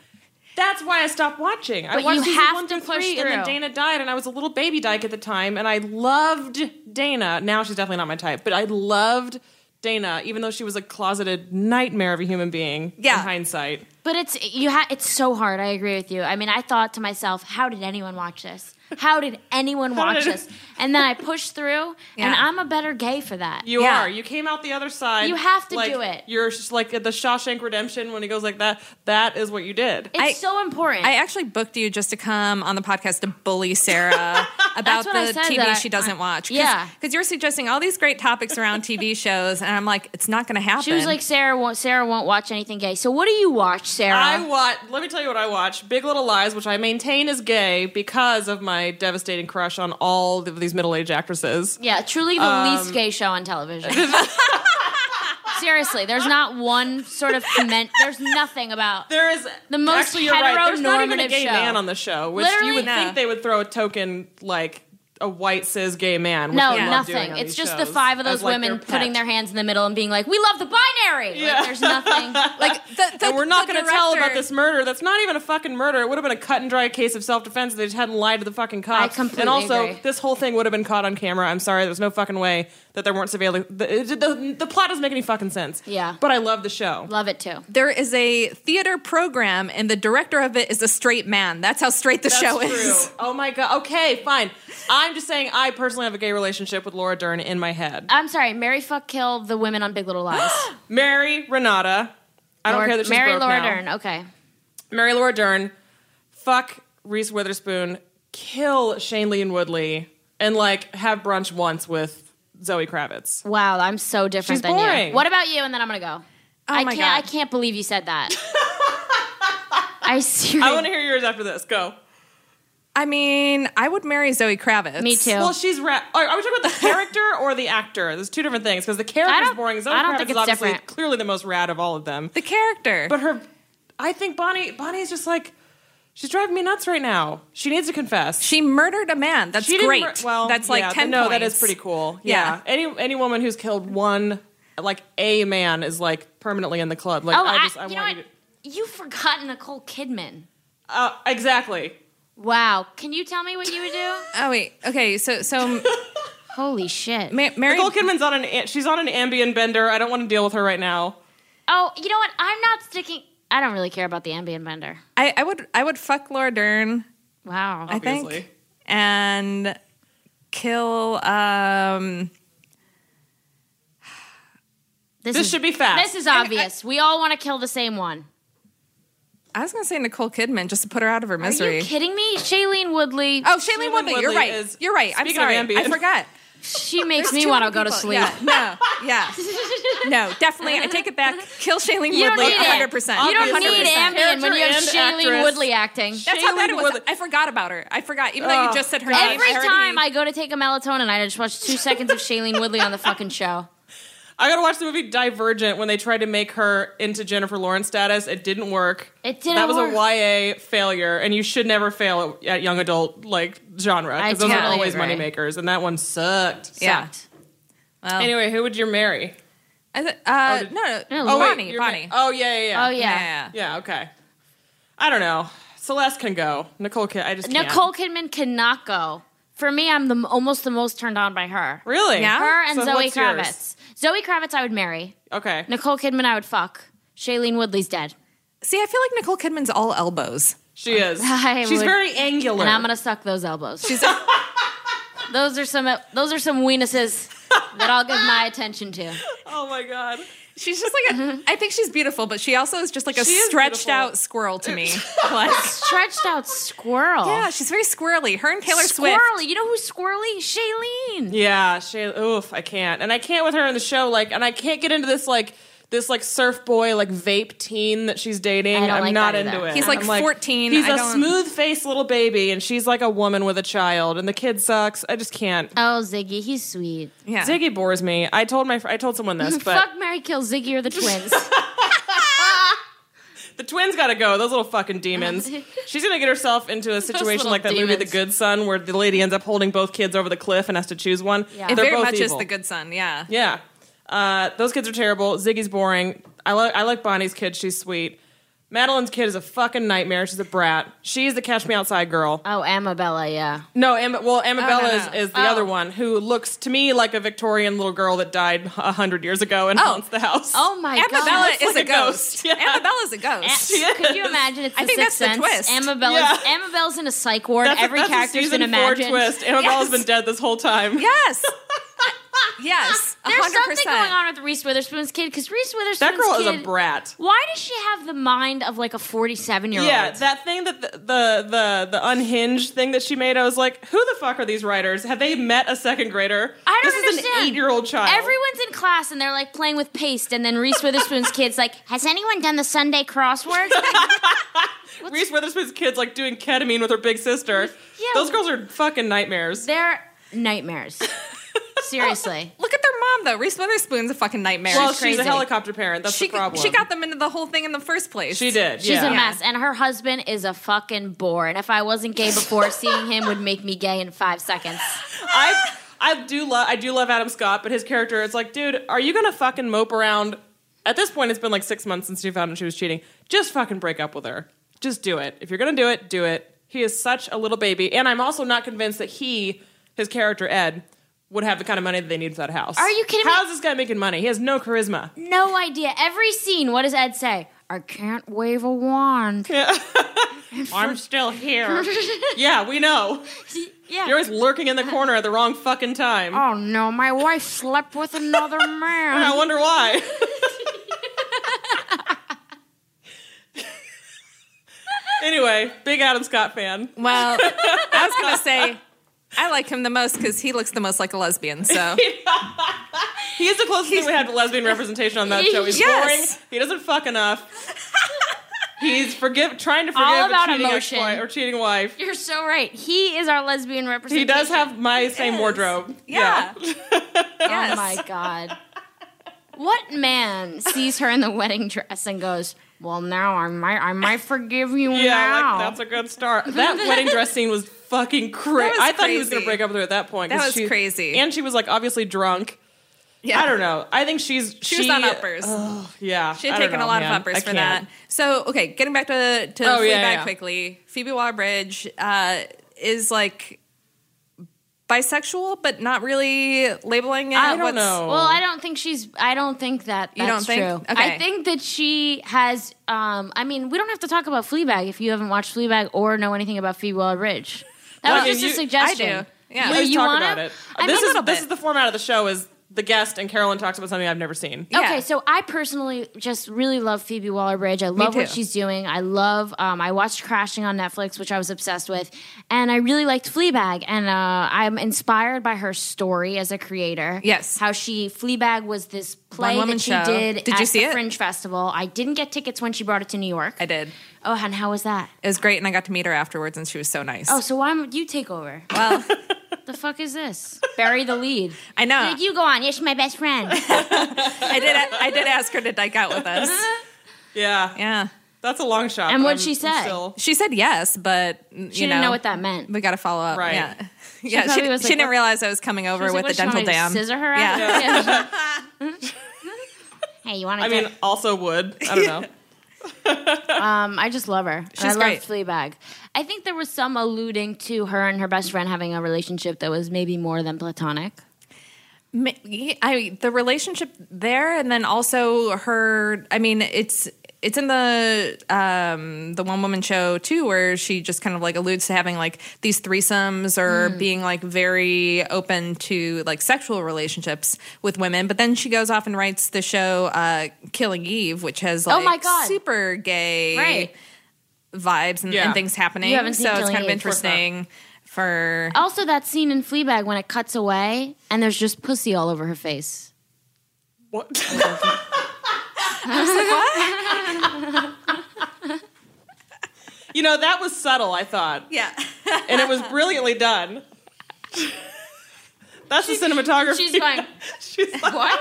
Speaker 3: That's why I stopped watching. I
Speaker 4: But
Speaker 3: watched
Speaker 4: you
Speaker 3: season
Speaker 4: have
Speaker 3: one
Speaker 4: to
Speaker 3: through
Speaker 4: push
Speaker 3: three, and then
Speaker 4: through.
Speaker 3: Dana died, and I was a little baby dyke at the time, and I loved Dana. Now she's definitely not my type, but I loved Dana, even though she was a closeted nightmare of a human being.
Speaker 2: Yeah.
Speaker 3: in hindsight,
Speaker 4: But it's you ha- it's so hard. I agree with you. I mean, I thought to myself, how did anyone watch this? How did anyone watch
Speaker 3: did-
Speaker 4: this? And then I pushed through,
Speaker 2: Yeah.
Speaker 4: and I'm a better gay for that.
Speaker 3: you
Speaker 2: Yeah.
Speaker 3: are. You came out the other side.
Speaker 4: You have to
Speaker 3: like,
Speaker 4: do it.
Speaker 3: You're just like at the Shawshank Redemption when he goes like that. That is what you did.
Speaker 4: it's
Speaker 2: I-
Speaker 4: so important.
Speaker 2: I actually booked you just to come on the podcast to bully Sarah about
Speaker 4: That's what I
Speaker 2: the
Speaker 4: said,
Speaker 2: TV
Speaker 4: that
Speaker 2: she doesn't watch.
Speaker 4: yeah.
Speaker 2: Because you're suggesting all these great topics around TV shows, and I'm like, it's not going to happen.
Speaker 4: She was like, Sarah won't, Sarah won't watch anything gay. So what do you watch, Sarah?
Speaker 3: I watch. Let me tell you what I watch: Big Little Lies, which I maintain is gay because of my devastating crush on all of these middle-aged actresses.
Speaker 4: yeah, truly the
Speaker 3: um,
Speaker 4: least gay show on television. Seriously, there's not one sort of comment. There's nothing about.
Speaker 3: There is
Speaker 4: The most
Speaker 3: actually, you're right. There's not even a
Speaker 4: heteronormative
Speaker 3: gay
Speaker 4: show.
Speaker 3: man on the show, which
Speaker 4: Literally-
Speaker 3: you would
Speaker 2: No.
Speaker 3: think they would throw a token like a white cis gay man. Which
Speaker 4: No,
Speaker 3: they love doing
Speaker 4: nothing.
Speaker 3: on
Speaker 4: It's
Speaker 3: these
Speaker 4: just the
Speaker 3: shows
Speaker 4: five of
Speaker 3: as,
Speaker 4: those
Speaker 3: like,
Speaker 4: women
Speaker 3: pet.
Speaker 4: putting their hands in the middle and being like, "We love the binary."
Speaker 3: Yeah.
Speaker 4: Like, there's nothing.
Speaker 2: like, the, the,
Speaker 3: uh, And we're not
Speaker 2: the
Speaker 3: going to tell
Speaker 2: director-
Speaker 3: about this murder. That's not even a fucking murder. It would have been a cut and dry case of self defense. They just hadn't lied to the fucking cops.
Speaker 4: completely
Speaker 3: and also,
Speaker 4: agree.
Speaker 3: this whole thing would have been caught on camera. I'm sorry, there's no fucking way that there weren't surveillance. The, the, the, the plot doesn't make any fucking sense.
Speaker 4: Yeah.
Speaker 3: but I love the show.
Speaker 4: Love it too.
Speaker 2: There is a theater program, and the director of it is a straight man. That's how straight the show
Speaker 3: That's
Speaker 2: is.
Speaker 3: true. Oh my god. Okay, fine. I'm just saying I personally have a gay relationship with Laura Dern in my head.
Speaker 4: I'm sorry, Mary fuck kill the women on Big Little Lies.
Speaker 3: Mary Renata. I don't
Speaker 4: Lord-
Speaker 3: care that she's
Speaker 4: Mary
Speaker 3: broke
Speaker 4: Laura
Speaker 3: now.
Speaker 4: Dern. Okay,
Speaker 3: Mary Laura Dern. Fuck Reese Witherspoon. Kill Shane Lee and Woodley. And like have brunch once with Zoe Kravitz.
Speaker 4: wow, I'm so different
Speaker 3: She's
Speaker 4: than you.
Speaker 3: boring. Oh
Speaker 4: What about you? And then I'm gonna go. I
Speaker 2: my
Speaker 4: can't.
Speaker 2: God.
Speaker 4: I can't believe you said that. I seriously.
Speaker 3: I want to hear yours after this. Go.
Speaker 2: I mean, I would marry Zoe Kravitz.
Speaker 4: Me too.
Speaker 3: Well, she's rap. Are are we talking about the character or the actor? There's two different things because the
Speaker 4: I
Speaker 3: character's
Speaker 4: don't-
Speaker 3: boring. Zoe
Speaker 4: I don't
Speaker 3: Kravitz
Speaker 4: think
Speaker 3: is
Speaker 4: it's
Speaker 3: obviously
Speaker 4: different.
Speaker 3: clearly the most rad of all of them.
Speaker 2: The character.
Speaker 3: But her, I think Bonnie. Bonnie's just like she's driving me nuts right now. She needs to confess.
Speaker 2: she murdered a man. That's
Speaker 3: She didn't
Speaker 2: great.
Speaker 3: mur- well,
Speaker 2: that's like
Speaker 3: yeah,
Speaker 2: ten.
Speaker 3: No, that
Speaker 2: points.
Speaker 3: is pretty cool.
Speaker 2: Yeah.
Speaker 3: Yeah. Any any woman who's killed one, like a man, is like permanently in the club. Like
Speaker 4: oh,
Speaker 3: I
Speaker 4: I,
Speaker 3: just I
Speaker 4: you know
Speaker 3: want
Speaker 4: what?
Speaker 3: you to.
Speaker 4: You forgot Nicole Kidman.
Speaker 3: Uh, exactly.
Speaker 4: Wow. Can you tell me what you would do?
Speaker 2: Oh wait. Okay. So so
Speaker 4: Holy shit.
Speaker 2: ma- marry.
Speaker 3: Nicole Kidman's on an she's on an Ambien bender. I don't want to deal with her right now.
Speaker 4: oh, you know what? I'm not sticking. I don't really care about the ambient bender.
Speaker 2: I, I would I would fuck Laura Dern.
Speaker 4: Wow.
Speaker 2: I think
Speaker 3: Obviously.
Speaker 2: and kill. um
Speaker 3: This should be fast.
Speaker 4: This is obvious. we all want to kill the same one.
Speaker 2: I was gonna say Nicole Kidman just to put her out of her
Speaker 4: Are
Speaker 2: misery.
Speaker 4: you kidding me? Shailene Woodley.
Speaker 2: Oh, Shailene
Speaker 3: Shailene
Speaker 2: Woodley, you're
Speaker 3: Woodley
Speaker 2: right.
Speaker 3: is-
Speaker 2: you're right. I'm
Speaker 3: Speaking of
Speaker 2: sorry. I
Speaker 3: Ambien.
Speaker 2: forgot.
Speaker 4: she makes
Speaker 2: There's
Speaker 4: me
Speaker 2: two
Speaker 4: want to
Speaker 2: other
Speaker 4: go to
Speaker 2: people.
Speaker 4: sleep.
Speaker 2: Yeah. No. Yeah. No, definitely. I take it back. Kill Shailene
Speaker 4: You don't
Speaker 2: Woodley
Speaker 4: need it.
Speaker 2: 100%.
Speaker 4: You don't need
Speaker 2: 100%.
Speaker 4: ambient when you have
Speaker 3: Character
Speaker 4: Shailene
Speaker 3: and actress.
Speaker 4: Woodley acting.
Speaker 2: That's how bad
Speaker 3: Shailene
Speaker 2: it was.
Speaker 3: Woodley.
Speaker 2: I forgot about her. I forgot. Even though you
Speaker 3: Oh,
Speaker 2: just said her
Speaker 3: God.
Speaker 2: name. I
Speaker 4: Every
Speaker 2: already-
Speaker 4: time I go to take a melatonin, I just watch two seconds of Shailene Woodley on the fucking show.
Speaker 3: I gotta watch the movie Divergent when they tried to make her into Jennifer Lawrence status. It didn't work.
Speaker 4: It didn't
Speaker 3: That was
Speaker 4: work.
Speaker 3: a YA failure, and you should never fail at, at young adult like genre
Speaker 4: I
Speaker 3: because those are
Speaker 4: totally
Speaker 3: always
Speaker 4: agree.
Speaker 3: moneymakers, and that one sucked.
Speaker 2: Yeah.
Speaker 4: Sucked.
Speaker 2: Well,
Speaker 3: Anyway, who would you marry?
Speaker 2: I th- uh,
Speaker 3: did-
Speaker 2: no, no,
Speaker 4: No,
Speaker 2: oh,
Speaker 4: wait,
Speaker 2: Bonnie.
Speaker 3: You're
Speaker 2: Bonnie.
Speaker 3: ma- oh yeah, yeah, yeah.
Speaker 4: Oh, yeah.
Speaker 2: yeah. yeah.
Speaker 3: Yeah, okay. I don't know. Celeste can go. Nicole can. I just can't.
Speaker 4: Nicole Kidman cannot go. For me, I'm the almost the most turned on by her.
Speaker 3: Really?
Speaker 2: Yeah?
Speaker 4: Her and
Speaker 3: So
Speaker 4: Zoe
Speaker 3: what's yours?
Speaker 4: Kravitz. Zoe Kravitz, I would marry.
Speaker 3: Okay.
Speaker 4: Nicole Kidman, I would fuck. Shailene Woodley's dead,
Speaker 2: See, I feel like Nicole Kidman's all elbows.
Speaker 3: She is.
Speaker 4: I
Speaker 3: She's
Speaker 4: would-
Speaker 3: very angular.
Speaker 4: and I'm gonna suck those elbows. those are some those are some weenuses that I'll give my attention to.
Speaker 3: oh my god.
Speaker 2: She's just like a. I think she's beautiful, but she also is just like a
Speaker 3: She is
Speaker 2: stretched
Speaker 3: beautiful.
Speaker 2: out squirrel to me. like,
Speaker 4: Stretched out squirrel.
Speaker 2: yeah, she's very squirrely. Her and Taylor Swift.
Speaker 4: squirrely. You know who's squirrely? Shailene.
Speaker 3: Yeah, she oof, I can't. And I can't with her in the show, like and I can't get into this like this like surf boy, like vape teen that she's dating.
Speaker 4: I don't
Speaker 3: I'm
Speaker 4: like
Speaker 3: not
Speaker 4: that
Speaker 3: into
Speaker 4: either.
Speaker 3: it.
Speaker 2: He's, like,
Speaker 3: I'm
Speaker 2: 14.
Speaker 3: He's
Speaker 2: I
Speaker 3: a
Speaker 2: don't-
Speaker 3: smooth faced little baby and she's like a woman with a child and the kid sucks. I just can't.
Speaker 4: Oh, Ziggy, he's sweet.
Speaker 2: Yeah.
Speaker 3: Ziggy bores me. I told my fr- I told someone this, but
Speaker 4: Fuck Mary Kill Ziggy or the twins.
Speaker 3: the twins gotta go. Those little fucking demons. She's gonna get herself into a situation
Speaker 4: little
Speaker 3: like that movie,
Speaker 4: demons.
Speaker 3: The Good Son, where the lady ends up holding both kids over the cliff and has to choose one.
Speaker 4: Yeah.
Speaker 2: It
Speaker 4: They're
Speaker 2: very
Speaker 3: both
Speaker 2: much is
Speaker 3: evil.
Speaker 2: the good son. Yeah.
Speaker 3: Yeah. Uh, those kids are terrible. Ziggy's boring. I like I like Bonnie's kid. She's sweet. Madeline's kid is a fucking nightmare. She's a brat. She's the catch me outside girl.
Speaker 4: oh, Amabella, yeah.
Speaker 3: No, Am- well, Amabella
Speaker 2: Oh, no,
Speaker 3: is,
Speaker 2: no.
Speaker 3: is the other one who looks to me like a Victorian little girl that died a hundred years ago and
Speaker 2: Oh.
Speaker 3: haunts the house.
Speaker 4: Oh my
Speaker 2: Amabella
Speaker 4: god.
Speaker 2: is
Speaker 3: like
Speaker 2: a
Speaker 3: a
Speaker 2: ghost.
Speaker 3: ghost. Yeah.
Speaker 2: Amabella's a ghost.
Speaker 4: A- Could you imagine? It's the
Speaker 2: I think
Speaker 4: Sixth
Speaker 2: that's the
Speaker 4: Sense.
Speaker 2: twist.
Speaker 4: Amabella's
Speaker 3: Yeah.
Speaker 4: Amabella's in a psych ward.
Speaker 3: That's a-
Speaker 4: Every
Speaker 3: that's a
Speaker 4: character's
Speaker 3: season
Speaker 4: been imagined.
Speaker 3: Four twist. Amabella's
Speaker 2: Yes.
Speaker 3: been dead this whole time.
Speaker 2: yes. yes. a
Speaker 4: There's
Speaker 2: 100%.
Speaker 4: something going on with Reese Witherspoon's kid because Reese Witherspoon's
Speaker 3: That girl
Speaker 4: kid,
Speaker 3: is a brat.
Speaker 4: Why does she have the mind of like a 47 year old?
Speaker 3: Yeah, that thing that the, the the the unhinged thing that she made, I was like, who the fuck are these writers? Have they met a second grader?
Speaker 4: I don't
Speaker 3: this is
Speaker 4: understand.
Speaker 3: an eight year old child.
Speaker 4: Everyone's in class and they're like playing with paste, and then Reese Witherspoon's kid's like, "Has anyone done the Sunday crossword?"
Speaker 3: Reese Witherspoon's kids like doing ketamine with her big sister.
Speaker 4: Yeah.
Speaker 3: Those girls are fucking nightmares.
Speaker 4: They're nightmares. Seriously.
Speaker 2: Look at their mom though. Reese Witherspoon's a fucking nightmare.
Speaker 3: well,
Speaker 4: she's
Speaker 3: she's
Speaker 4: crazy.
Speaker 3: a helicopter parent. That's
Speaker 2: she
Speaker 3: the problem.
Speaker 2: she got them into the whole thing in the first place.
Speaker 3: She did.
Speaker 4: She's
Speaker 3: yeah.
Speaker 4: a mess, and her husband is a fucking bore. And if I wasn't gay before, seeing him would make me gay in five seconds.
Speaker 3: I I do love I do love Adam Scott, but his character it's like, dude, are you gonna fucking mope around? At this point, it's been like six months since you found out she was cheating. Just fucking break up with her. Just do it. If you're gonna do it, do it. He is such a little baby, and I'm also not convinced that he, his character Ed, would have the kind of money that they need for that house.
Speaker 4: Are you kidding me?
Speaker 3: How's this guy making money? He has no charisma.
Speaker 4: No idea. Every scene, what does Ed say? I can't wave a wand.
Speaker 3: I'm still here. yeah, we know.
Speaker 4: Yeah.
Speaker 3: You're always lurking in the corner at the wrong fucking time.
Speaker 4: oh no, my wife slept with another man.
Speaker 3: I wonder why. anyway, big Adam Scott fan.
Speaker 2: Well, I was gonna say I like him the most because he looks the most like a lesbian. So
Speaker 3: He is the closest thing we have to lesbian representation on that show. He's
Speaker 2: Yes.
Speaker 3: boring. He doesn't fuck enough. He's forgive trying to forgive
Speaker 4: All
Speaker 3: a
Speaker 4: about
Speaker 3: cheating
Speaker 4: emotion.
Speaker 3: ex-wife or cheating wife.
Speaker 4: You're so right. He is our lesbian
Speaker 3: He
Speaker 4: representation.
Speaker 3: does have my same
Speaker 2: is.
Speaker 3: wardrobe.
Speaker 2: Yeah. yes.
Speaker 4: Oh my god. What man sees her in the wedding dress and goes, "Well, now I might, I might forgive you
Speaker 3: Yeah,
Speaker 4: now."
Speaker 3: like that's a good start. That wedding dress scene was fucking crazy.
Speaker 2: was
Speaker 3: I thought he was gonna
Speaker 2: crazy.
Speaker 3: break up with her at that point. 'cause
Speaker 2: That was crazy.
Speaker 3: And she was like obviously drunk.
Speaker 2: Yeah.
Speaker 3: I don't know. uh, I think she's
Speaker 2: She, was on uppers.
Speaker 3: Yeah,
Speaker 2: She had
Speaker 3: I don't
Speaker 2: taken a
Speaker 3: know,
Speaker 2: lot
Speaker 3: man.
Speaker 2: of uppers
Speaker 3: I
Speaker 2: for that.
Speaker 3: can't.
Speaker 2: So, okay, getting back to to
Speaker 3: Oh,
Speaker 2: Fleabag
Speaker 3: yeah, yeah.
Speaker 2: quickly. Phoebe Waller-Bridge uh, is like bisexual, but not really labeling it.
Speaker 3: I don't
Speaker 2: What's-
Speaker 3: know.
Speaker 4: Well, I don't think she's. I don't think that that's
Speaker 2: You don't think?
Speaker 4: true.
Speaker 2: Okay.
Speaker 4: I think that she has. Um, I mean, we don't have to talk about Fleabag if you haven't watched Fleabag or know anything about Phoebe Waller-Bridge. That
Speaker 3: Well,
Speaker 4: was
Speaker 3: I mean,
Speaker 4: just
Speaker 3: you-
Speaker 4: a
Speaker 3: I
Speaker 4: suggestion.
Speaker 2: do. Yeah.
Speaker 4: You-
Speaker 3: Please
Speaker 4: you
Speaker 3: talk
Speaker 4: wanna-
Speaker 3: about it.
Speaker 4: I mean,
Speaker 3: this is
Speaker 2: little
Speaker 3: this
Speaker 2: bit.
Speaker 3: is the format of the show is the guest and Carolyn talks about something I've never seen.
Speaker 2: Yeah.
Speaker 4: Okay, so I personally just really love Phoebe Waller-Bridge. I love what
Speaker 2: too.
Speaker 4: she's doing. I love. Um, I watched Crashing on Netflix, which I was obsessed with, and I really liked Fleabag. And uh, I'm inspired by her story as a creator.
Speaker 2: Yes.
Speaker 4: how she Fleabag was this play
Speaker 2: One-woman
Speaker 4: that she
Speaker 2: show.
Speaker 4: did.
Speaker 2: Did you
Speaker 4: at
Speaker 2: see
Speaker 4: the
Speaker 2: it?
Speaker 4: Fringe Festival. I didn't get tickets when she brought it to New York.
Speaker 2: I did.
Speaker 4: Oh, and how was that?
Speaker 2: It was great, and I got to meet her afterwards, and she was so nice.
Speaker 4: Oh, so why don't you take over?
Speaker 2: well,
Speaker 4: the fuck is this? Bury the lead.
Speaker 2: I know.
Speaker 4: Dude, you go on. Yeah, she's my best friend.
Speaker 2: I did. I did ask her to dike out with us.
Speaker 3: Yeah,
Speaker 2: Yeah,
Speaker 3: that's a long shot.
Speaker 4: And
Speaker 3: but
Speaker 4: what'd
Speaker 3: I'm-
Speaker 4: she
Speaker 3: I'm
Speaker 4: say?
Speaker 3: still-
Speaker 2: she said yes, but you
Speaker 4: She didn't know what that meant.
Speaker 2: We got to follow up.
Speaker 3: Right.
Speaker 2: Yeah. Yeah, she,
Speaker 4: probably was
Speaker 2: she
Speaker 4: like,
Speaker 2: didn't
Speaker 4: what-
Speaker 2: realize I was coming over
Speaker 4: was
Speaker 2: with
Speaker 4: like,
Speaker 2: the
Speaker 4: "What,
Speaker 2: dental
Speaker 4: you want me to
Speaker 2: dam.
Speaker 4: Scissor her
Speaker 2: Yeah.
Speaker 4: out. hey, you want to?
Speaker 3: I mean, also would I don't know.
Speaker 4: um, I just love her. And
Speaker 2: She's
Speaker 4: I
Speaker 2: great.
Speaker 4: love Fleabag. I think there was some alluding to her and her best friend having a relationship that was maybe more than platonic.
Speaker 2: Ma- I the relationship there, and then also her. I mean, it's it's in the um, the one woman show too, where she just kind of like alludes to having like these threesomes or
Speaker 4: Hmm.
Speaker 2: being like very open to like sexual relationships with women. But then she goes off and writes the show uh, Killing Eve, which has like
Speaker 4: Oh my God.
Speaker 2: super gay vibes and,
Speaker 3: Yeah.
Speaker 2: and things happening.
Speaker 4: You haven't seen
Speaker 2: so it's
Speaker 4: Killing
Speaker 2: kind of
Speaker 4: Eve. Of course not.
Speaker 2: interesting for
Speaker 4: Also, that scene in Fleabag when it cuts away and there's just pussy all over her face.
Speaker 3: What? you know that was subtle. I thought,
Speaker 2: yeah.
Speaker 3: and it was brilliantly done. That's the cinematography.
Speaker 4: She's going,
Speaker 3: She's like,
Speaker 4: what?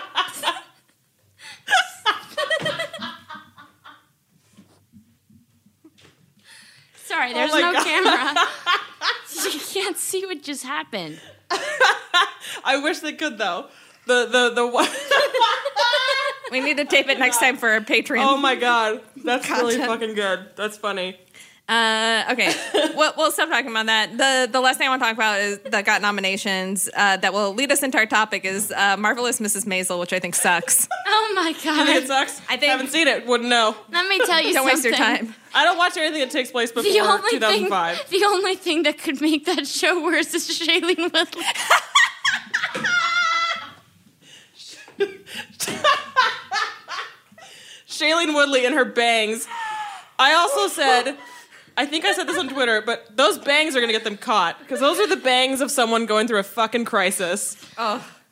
Speaker 4: Sorry, there's
Speaker 3: my
Speaker 4: no
Speaker 3: God.
Speaker 4: camera. you can't see what just happened.
Speaker 3: I wish they could though. The the the one
Speaker 2: We need to tape it next time for our Patreon.
Speaker 3: Oh my god, that's really
Speaker 2: Content.
Speaker 3: fucking good. That's funny.
Speaker 2: Uh, okay, we'll, we'll stop talking about that. The the last thing I want to talk about is that got nominations uh, that will lead us into our topic is uh, marvelous Mrs. Maisel, which I think sucks.
Speaker 4: Oh my
Speaker 3: It
Speaker 4: god.
Speaker 3: sucks.
Speaker 2: I think-
Speaker 3: haven't seen it. Wouldn't know.
Speaker 4: Let me tell you
Speaker 2: Don't
Speaker 4: something.
Speaker 2: waste your time.
Speaker 3: I don't watch anything that takes place before
Speaker 4: The only, thing,
Speaker 3: 2005.
Speaker 4: the only thing that could make that show worse is Shailene Woodley.
Speaker 3: Shailene Woodley and her bangs. I also said, I think I said this on Twitter, but those bangs are gonna get them caught because those are the bangs of someone going through a fucking crisis.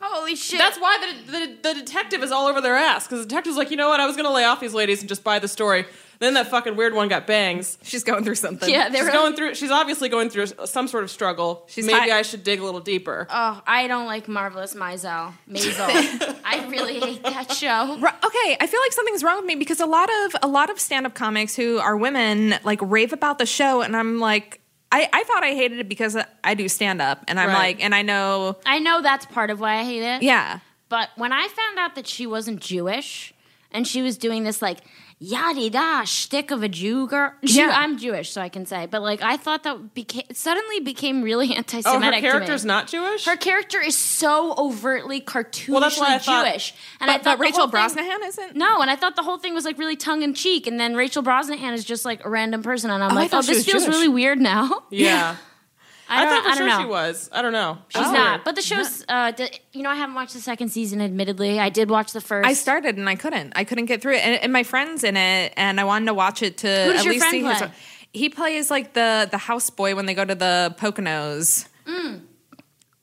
Speaker 4: Holy shit.
Speaker 3: That's why the, the, the detective is all over their ass because the detective's like, you know what? I was gonna lay off these ladies and just buy the story. Then that fucking weird one got bangs.
Speaker 2: She's going through something.
Speaker 4: yeah, they
Speaker 3: She's
Speaker 4: were
Speaker 3: going through. She's obviously going through some sort of struggle.
Speaker 2: She's
Speaker 3: Maybe
Speaker 2: high-
Speaker 3: I should dig a little deeper.
Speaker 4: Oh, I don't like Marvelous Maisel. Maisel. I really hate that show.
Speaker 2: Ru- Okay, I feel like something's wrong with me because a lot of a lot of stand up comics who are women like rave about the show, and I'm like, I, I thought I hated it because I do stand up, and I'm
Speaker 3: Right.
Speaker 2: like, and I know,
Speaker 4: I know that's part of why I hate it.
Speaker 2: yeah,
Speaker 4: But when I found out that she wasn't Jewish and she was doing this like yada da shtick of a Jew girl, Jew-
Speaker 2: Yeah.
Speaker 4: I'm Jewish, so I can say. But like, I thought that became suddenly became really
Speaker 3: oh,
Speaker 4: anti-Semitic.
Speaker 3: her character's
Speaker 4: to me.
Speaker 3: not Jewish.
Speaker 4: Her character is so overtly cartoonishly
Speaker 3: that's what I thought.
Speaker 4: Jewish, and I
Speaker 2: but,
Speaker 4: thought
Speaker 2: but
Speaker 4: the
Speaker 2: Rachel
Speaker 4: whole thing-
Speaker 2: Brosnahan isn't.
Speaker 4: No, and I thought the whole thing was like really tongue in cheek, and then Rachel Brosnahan is just like a random person, and I'm
Speaker 2: I
Speaker 4: like, oh,
Speaker 2: thought she
Speaker 4: this
Speaker 2: was
Speaker 4: feels
Speaker 2: Jewish.
Speaker 4: really weird now.
Speaker 3: yeah.
Speaker 4: I,
Speaker 3: I
Speaker 4: don't,
Speaker 3: thought for
Speaker 4: I don't
Speaker 3: sure
Speaker 4: know.
Speaker 3: she was. I don't know.
Speaker 4: She's
Speaker 3: Oh.
Speaker 4: not. But the show's, uh, d- you know, I haven't watched the second season, admittedly. I did watch the first.
Speaker 2: I started and I couldn't. I couldn't get through it. And, and my friend's in it, and I wanted to watch it to
Speaker 4: does
Speaker 2: at
Speaker 4: your
Speaker 2: least
Speaker 4: friend
Speaker 2: see
Speaker 4: play?
Speaker 2: his. He plays like the the houseboy when they go to the Poconos.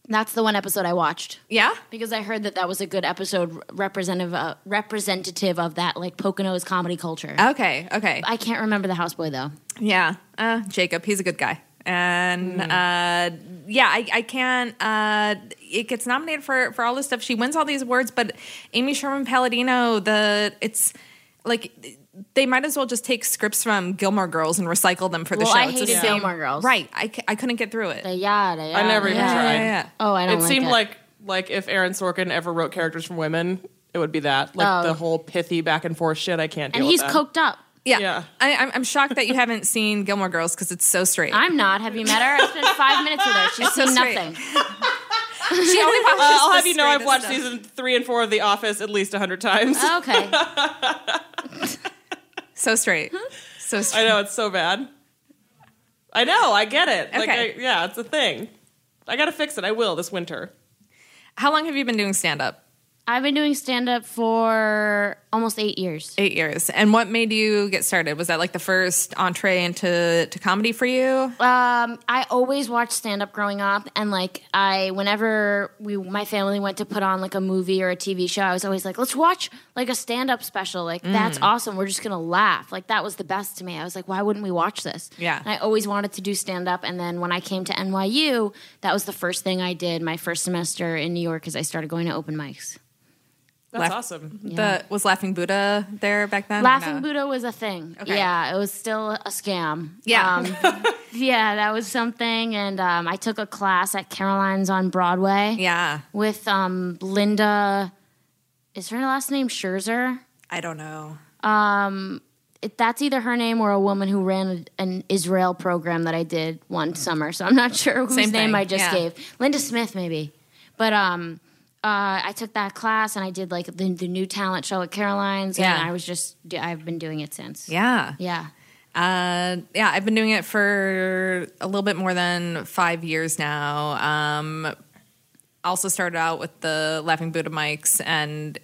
Speaker 4: That's the one episode I watched
Speaker 2: Yeah?
Speaker 4: because I heard that that was a good episode representative uh, representative of that like Poconos comedy culture.
Speaker 2: Okay, okay.
Speaker 4: I can't remember the houseboy though.
Speaker 2: Yeah, uh, Jacob, he's a good guy, and
Speaker 4: Hmm.
Speaker 2: uh, yeah, I, I can't. Uh, it gets nominated for for all this stuff. She wins all these awards, but Amy Sherman Palladino, the it's like they might as well just take scripts from Gilmore Girls and recycle them for the
Speaker 4: Well,
Speaker 2: show.
Speaker 4: I
Speaker 2: It's the
Speaker 4: hated
Speaker 2: same-
Speaker 4: Gilmore Girls.
Speaker 2: right? I, c- I couldn't get through it.
Speaker 4: The yada, yada
Speaker 3: I never even
Speaker 4: yada.
Speaker 3: tried.
Speaker 2: yeah, yeah.
Speaker 4: Oh, I don't.
Speaker 3: it
Speaker 4: like
Speaker 3: seemed
Speaker 4: it.
Speaker 3: like like if Aaron Sorkin ever wrote characters from women, it would be that like
Speaker 4: Oh.
Speaker 3: the whole pithy back and forth shit. I can't. Deal
Speaker 4: and he's
Speaker 3: with that.
Speaker 4: coked up.
Speaker 2: Yeah,
Speaker 3: Yeah.
Speaker 2: I, I'm, I'm shocked that you haven't seen Gilmore Girls because it's so straight.
Speaker 4: I'm not. Have you met her? I spent five minutes with her. She's
Speaker 2: so
Speaker 4: seen
Speaker 2: straight.
Speaker 4: nothing.
Speaker 2: she only watches.
Speaker 3: Uh, I'll
Speaker 2: the
Speaker 3: have you know, I've
Speaker 2: straightest
Speaker 3: watched
Speaker 2: stuff.
Speaker 3: season three and four of The Office at least a hundred times.
Speaker 4: Okay.
Speaker 2: So straight, so straight.
Speaker 3: I know it's so bad. I know. I get it. Like,
Speaker 2: Okay.
Speaker 3: I, yeah, it's a thing. I gotta fix it. I will this winter.
Speaker 2: How long have you been doing stand up?
Speaker 4: I've been doing stand up for almost eight years.
Speaker 2: Eight years. And what made you get started? Was that like the first entree into to comedy for you?
Speaker 4: Um, I always watched stand up growing up, and like I, whenever we, my family went to put on like a movie or a TV show, I was always like, "Let's watch like a stand up special. Like
Speaker 2: Mm.
Speaker 4: that's awesome. We're just gonna laugh. Like that was the best to me. I was like, why wouldn't we watch this?
Speaker 2: Yeah.
Speaker 4: And I always wanted to do stand up, and then when I came to NYU, that was the first thing I did my first semester in New York, is I started going to open mics.
Speaker 3: That's
Speaker 2: Left.
Speaker 3: awesome.
Speaker 2: The was Laughing Buddha there back then? or
Speaker 4: Laughing
Speaker 2: no?
Speaker 4: Buddha was a thing.
Speaker 2: Okay.
Speaker 4: Yeah, it was still a scam.
Speaker 2: Yeah.
Speaker 4: Um, yeah, that was something. And um, I took a class at Caroline's on Broadway
Speaker 2: Yeah.
Speaker 4: with um, Linda. Is her last name Scherzer?
Speaker 2: I don't know.
Speaker 4: It, that's either her name or a woman who ran an Israel program that I did one summer. So I'm not sure whose
Speaker 2: Mm. Same
Speaker 4: name
Speaker 2: thing,
Speaker 4: I just
Speaker 2: yeah.
Speaker 4: gave. Linda Smith, maybe. But um, uh, I took that class and I did like the, the new talent show at Caroline's.
Speaker 2: Yeah.
Speaker 4: And I was just, I've been doing it since.
Speaker 2: Yeah.
Speaker 4: Yeah.
Speaker 2: Uh, yeah, I've been doing it for a little bit more than five years now. Um, also started out with the Laughing Buddha mics, and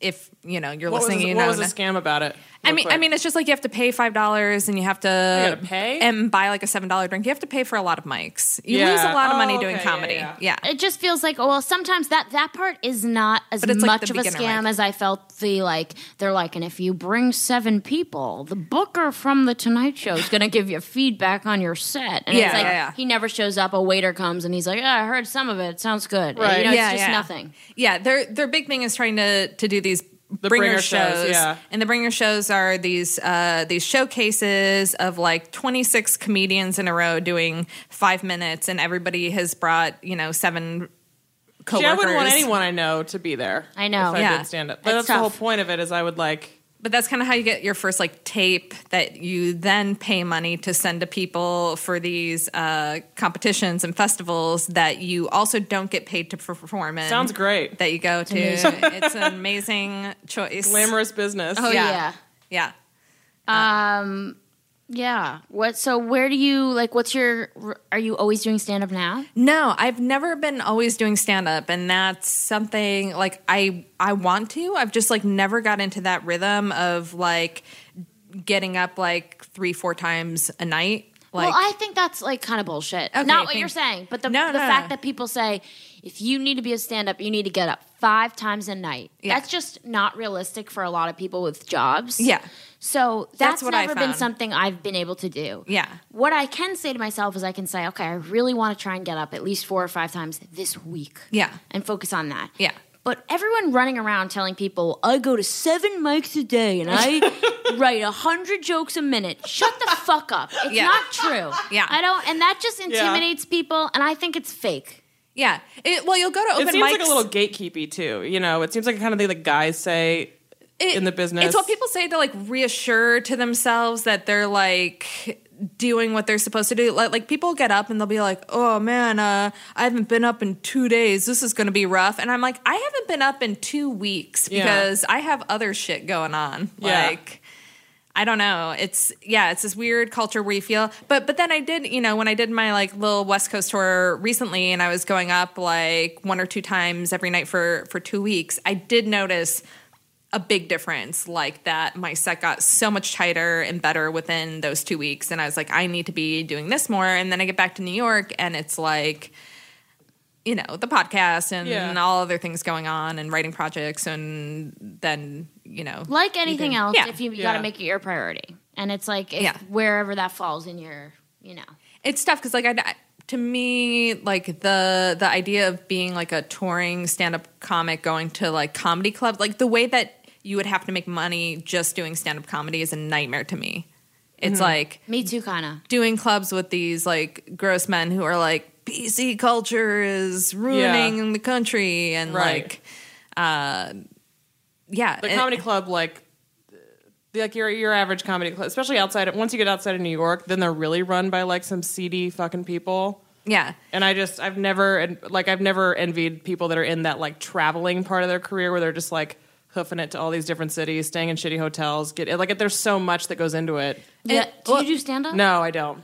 Speaker 2: if you know you're
Speaker 3: What was,
Speaker 2: listening, you
Speaker 3: what
Speaker 2: know
Speaker 3: was the
Speaker 2: now.
Speaker 3: scam about it?
Speaker 2: I
Speaker 3: Real
Speaker 2: mean, I
Speaker 3: quick.
Speaker 2: mean, it's just like you have to pay five dollars, and you have to
Speaker 3: You gotta pay?
Speaker 2: and buy like a seven dollar drink. You have to pay for a lot of mics. You
Speaker 3: Yeah.
Speaker 2: lose a lot of
Speaker 3: Oh,
Speaker 2: money
Speaker 3: okay,
Speaker 2: doing
Speaker 3: yeah,
Speaker 2: comedy. Yeah,
Speaker 3: yeah.
Speaker 4: it just feels like oh, well sometimes that that part is not as
Speaker 2: But it's like
Speaker 4: much
Speaker 2: the
Speaker 4: of a
Speaker 2: beginner,
Speaker 4: scam
Speaker 2: right?
Speaker 4: as i felt the like they're like and if you bring seven people the booker from the tonight show is going to give you feedback on your set and
Speaker 2: Yeah,
Speaker 4: it's like
Speaker 2: yeah, yeah.
Speaker 4: he never shows up a waiter comes and he's like yeah i heard some of it, it sounds good
Speaker 3: Right.
Speaker 4: you know,
Speaker 2: Yeah,
Speaker 4: it's just
Speaker 2: yeah.
Speaker 4: nothing
Speaker 2: Yeah, their their big thing is trying to to do these. bringer,
Speaker 3: bringer
Speaker 2: shows,
Speaker 3: shows, yeah.
Speaker 2: and the bringer shows are these uh, these showcases of like 26 comedians in a row doing five minutes, and everybody has brought you know seven
Speaker 3: See,
Speaker 2: coworkers.
Speaker 3: I wouldn't want anyone I know to be there.
Speaker 4: I know.
Speaker 3: If I
Speaker 2: Yeah.
Speaker 3: did stand up. But
Speaker 4: It's
Speaker 3: that's the whole
Speaker 4: tough.
Speaker 3: point of it is I would like
Speaker 2: But that's kind of how you get your first like tape that you then pay money to send to people for these uh, competitions and festivals that you also don't get paid to perform in.
Speaker 3: Sounds great.
Speaker 2: That you go to.
Speaker 4: amazing.
Speaker 2: it's an amazing choice.
Speaker 3: glamorous business.
Speaker 4: oh
Speaker 2: Yeah.
Speaker 4: yeah
Speaker 2: Yeah.
Speaker 4: yeah what so where do you like what's your are you always doing stand up now
Speaker 2: No, I've never been always doing stand up and that's something like I I want to. I've just like never got into that rhythm of like getting up like 3 4 times a night. Like
Speaker 4: well, I think that's like kind of bullshit.
Speaker 2: Okay,
Speaker 4: Not what
Speaker 2: thank-
Speaker 4: you're saying, but the,
Speaker 2: No,
Speaker 4: the
Speaker 2: no,
Speaker 4: fact
Speaker 2: no.
Speaker 4: that people say if you need to be a stand up, you need to get up five times a night.
Speaker 2: Yeah.
Speaker 4: That's just not realistic for a lot of people with jobs.
Speaker 2: Yeah.
Speaker 4: So
Speaker 2: That's
Speaker 4: that's,
Speaker 2: what I
Speaker 4: never been
Speaker 2: found.
Speaker 4: something I've been able to do.
Speaker 2: Yeah.
Speaker 4: What I can say to myself is I can say, okay, I really want to try and get up at least four or five times this week.
Speaker 2: Yeah.
Speaker 4: And focus on that.
Speaker 2: Yeah.
Speaker 4: But everyone running around telling people, I go to seven mics a day and I write a hundred jokes a minute. Shut the fuck up. It's
Speaker 2: Yeah.
Speaker 4: not true.
Speaker 2: Yeah.
Speaker 4: I don't, and that just intimidates people, and I think it's fake.
Speaker 2: yeah. It, well, you'll go to open
Speaker 3: It seems like a
Speaker 2: mics.
Speaker 3: little gatekeepy too. You know, it seems like a kind of thing the guys say
Speaker 2: It-
Speaker 3: in the business.
Speaker 2: It's what people say to like reassure to themselves that they're like doing what they're supposed to do. Like, like people get up and they'll be like, "Oh man, uh, I haven't been up in two days. This is going to be rough." And I'm like, "I haven't been up in two weeks
Speaker 3: Yeah.
Speaker 2: because I have other shit going on."
Speaker 3: Yeah.
Speaker 2: Like. I don't know. It's yeah, it's this weird culture where you feel but but then I did, you know, when I did my like little West Coast tour recently and I was going up like one or two times every night for for 2 weeks, I did notice a big difference like that my set got so much tighter and better within those 2 weeks and I was like I need to be doing this more and then I get back to New York and it's like you know, the podcast and
Speaker 3: Yeah.
Speaker 2: all other things going on and writing projects and then, you know,
Speaker 4: Like anything else,
Speaker 2: Yeah.
Speaker 4: if you,
Speaker 3: Yeah.
Speaker 4: got to make it your priority, and it's like if
Speaker 2: Yeah.
Speaker 4: wherever that falls in your, you know,
Speaker 2: it's tough because like I, I- to me like the the idea of being like a touring stand-up comic going to like comedy clubs like the way that you would have to make money just doing stand-up comedy is a nightmare to me it's like
Speaker 4: me too, kind of.
Speaker 2: doing clubs with these like gross men who are like PC culture is ruining the country and
Speaker 3: Right.
Speaker 2: like uh yeah
Speaker 3: the
Speaker 2: and-
Speaker 3: comedy club like the- like your your average comedy club especially outside of, once you get outside of new york then they're really run by like some seedy fucking people
Speaker 2: yeah
Speaker 3: and i just i've never en- like i've never envied people that are in that like traveling part of their career where they're just like hoofing it to all these different cities staying in shitty hotels get like there's so much that goes into it
Speaker 4: Yeah. Uh, Do
Speaker 2: well-
Speaker 4: you do stand up?
Speaker 3: no i don't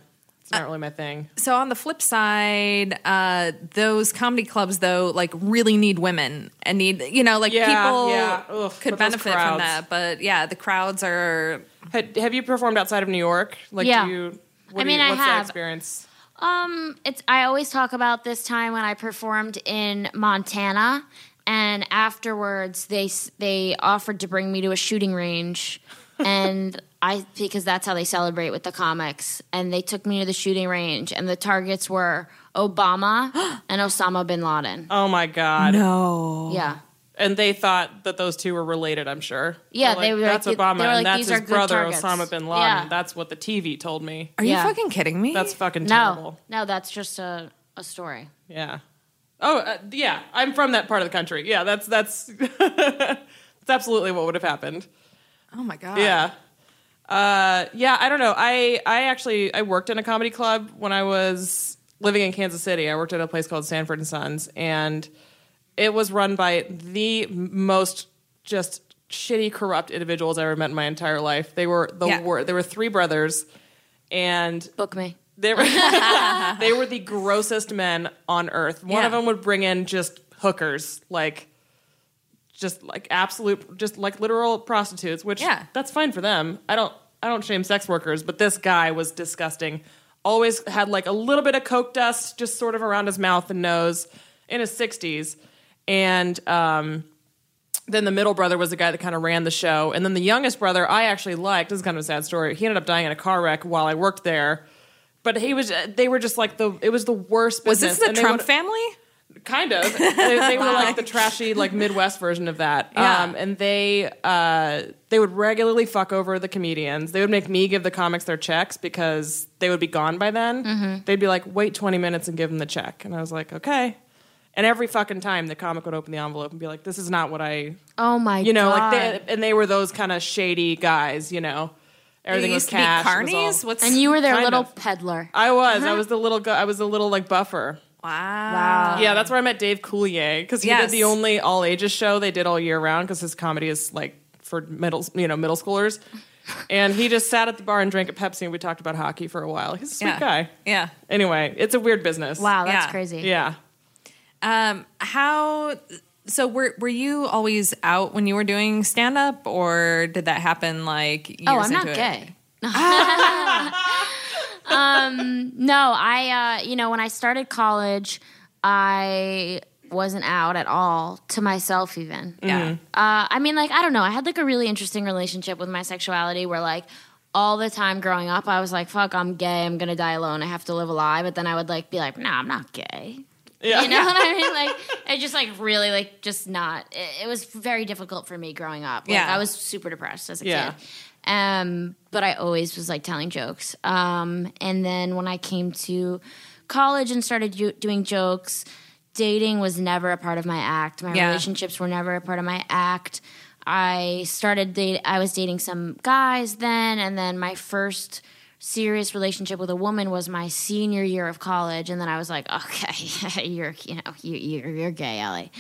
Speaker 3: it's
Speaker 4: Uh,
Speaker 3: not really my thing
Speaker 2: so on the flip side, uh, those comedy clubs though, like really need women and need you know like
Speaker 3: Yeah,
Speaker 2: people
Speaker 3: yeah. Ugh,
Speaker 2: could
Speaker 3: but those
Speaker 2: benefit from
Speaker 3: crowds.
Speaker 2: that. But yeah, the crowds are
Speaker 3: Had, have you performed outside of new york like
Speaker 4: Yeah.
Speaker 3: do you
Speaker 4: I
Speaker 3: what do
Speaker 4: mean,
Speaker 3: you,
Speaker 4: I
Speaker 3: what's that
Speaker 4: have.
Speaker 3: experience
Speaker 4: Um, it's I always talk about this time when I performed in Montana, and afterwards they s- they offered to bring me to a shooting range, and I because that's how they celebrate with the comics, and they took me to the shooting range, and the targets were Obama and Osama bin Laden.
Speaker 3: oh my god Oh,
Speaker 2: no.
Speaker 4: Yeah.
Speaker 3: and they thought that those two were related. I'm sure.
Speaker 4: Yeah,
Speaker 3: They're
Speaker 4: they were
Speaker 3: That's
Speaker 4: like, they
Speaker 3: Obama,
Speaker 4: were like,
Speaker 3: and that's
Speaker 4: "These
Speaker 3: his
Speaker 4: are good
Speaker 3: brother
Speaker 4: targets."
Speaker 3: Osama bin Laden.
Speaker 4: Yeah.
Speaker 3: That's what the TV told me.
Speaker 2: Are you
Speaker 4: Yeah.
Speaker 2: fucking kidding me?
Speaker 3: That's fucking
Speaker 4: No,
Speaker 3: terrible.
Speaker 4: no, that's just a, a story.
Speaker 3: Yeah. Oh uh, yeah, I'm from that part of the country. Yeah, that's that's that's absolutely what would have happened.
Speaker 2: oh my god.
Speaker 3: Yeah. Uh, yeah, I don't know. I I actually I worked in a comedy club when I was living in Kansas City. I worked at a place called Sanford and Sons, and it was run by the most just shitty, corrupt individuals I ever met in my entire life. They were the
Speaker 2: Yeah.
Speaker 3: wor- There were three brothers, and
Speaker 4: Book me.
Speaker 3: they were they were the grossest men on earth. One of
Speaker 2: Yeah.
Speaker 3: them would bring in just hookers, like just like absolute, just like literal prostitutes. Which
Speaker 2: Yeah.
Speaker 3: that's fine for them. I don't I don't shame sex workers, but this guy was disgusting. Always had like a little bit of coke dust just sort of around his mouth and nose in his sixties, and um, then the middle brother was the guy that kind of ran the show. And then the youngest brother, I actually liked. This is kind of a sad story. He ended up dying in a car wreck while I worked there. But he was, uh, they were just like the, it was the worst
Speaker 2: Was
Speaker 3: business.
Speaker 2: this the
Speaker 3: And they
Speaker 2: Trump
Speaker 3: would-
Speaker 2: family?
Speaker 3: Kind of. They, they were like the trashy, like Midwest version of that.
Speaker 2: Yeah.
Speaker 3: Um, and they, uh, they would regularly fuck over the comedians. They would make me give the comics their checks because they would be gone by then.
Speaker 2: Mm-hmm.
Speaker 3: They'd be like, wait 20 minutes and give them the check. And I was like, okay. And every fucking time the comic would open the envelope and be like, this is not what I
Speaker 4: Oh my!
Speaker 3: you know,
Speaker 4: God.
Speaker 3: like they, and they were those kind of shady guys, you know. Everything
Speaker 2: They
Speaker 3: was
Speaker 2: used
Speaker 3: cash.
Speaker 2: to
Speaker 3: it
Speaker 2: be
Speaker 3: was
Speaker 2: carnies.
Speaker 3: all-
Speaker 2: What's Uh-huh.
Speaker 4: and you were their
Speaker 3: kind
Speaker 4: little
Speaker 3: of. Uh,
Speaker 4: peddler.
Speaker 3: I was. I was the little. Go- I was the little like buffer.
Speaker 2: wow.
Speaker 3: Yeah, that's where I met Dave Coulier because he
Speaker 2: Uh-huh. Yes.
Speaker 3: did the only all ages show they did all year round because his comedy is like for middle, you know, middle schoolers. And he just sat at the bar and drank a Pepsi, and we talked about hockey for a while. He's a sweet
Speaker 2: Yeah.
Speaker 3: guy.
Speaker 2: Yeah.
Speaker 3: Anyway, it's a weird business.
Speaker 4: wow, that's
Speaker 2: Yeah.
Speaker 4: crazy.
Speaker 3: Yeah.
Speaker 2: Um, how? So were were you always out when you were doing stand up, or did that happen like years
Speaker 4: Oh, I'm
Speaker 2: into
Speaker 4: not
Speaker 2: it?
Speaker 4: gay. um, no, I, uh, you know, when I started college, I wasn't out at all to myself, even.
Speaker 2: Yeah.
Speaker 4: Uh, I mean, like, I don't know. I had like a really interesting relationship with my sexuality where, like, all the time growing up, I was like, fuck, I'm gay. I'm going to die alone. I have to live a lie. But then I would, like, be like, no, I'm not gay.
Speaker 3: Yeah.
Speaker 4: You know what I mean? Like, it just, like, really, like, just not. It, it was very difficult for me growing up. Like,
Speaker 2: Yeah.
Speaker 4: I was super depressed as a
Speaker 3: Yeah.
Speaker 4: kid. Um, but I always was like telling jokes. Um, and then when I came to college and started do- doing jokes, dating was never a part of my act. My
Speaker 2: Yeah.
Speaker 4: relationships were never a part of my act. I started date. I was dating some guys then, and then my first serious relationship with a woman was my senior year of college. And then I was like, okay, you're you know you you're, you're gay, Ellie.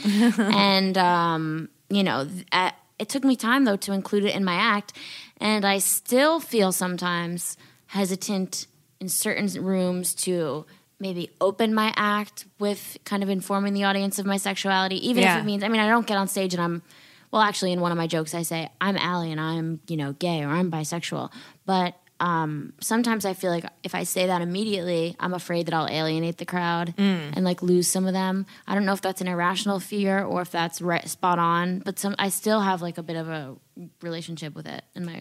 Speaker 4: and um, you know, th- uh, it took me time though to include it in my act, and I still feel sometimes hesitant in certain rooms to maybe open my act with kind of informing the audience of my sexuality, even
Speaker 2: Yeah.
Speaker 4: if it means. I mean, I don't get on stage and I'm. Well, actually, in one of my jokes, I say I'm Allie and I'm you know gay or I'm bisexual, but um, sometimes I feel like if I say that immediately, I'm afraid that I'll alienate the crowd
Speaker 2: Mm.
Speaker 4: and like lose some of them. I don't know if that's an irrational fear or if that's right, spot on, but some I still have like a bit of a relationship with it in my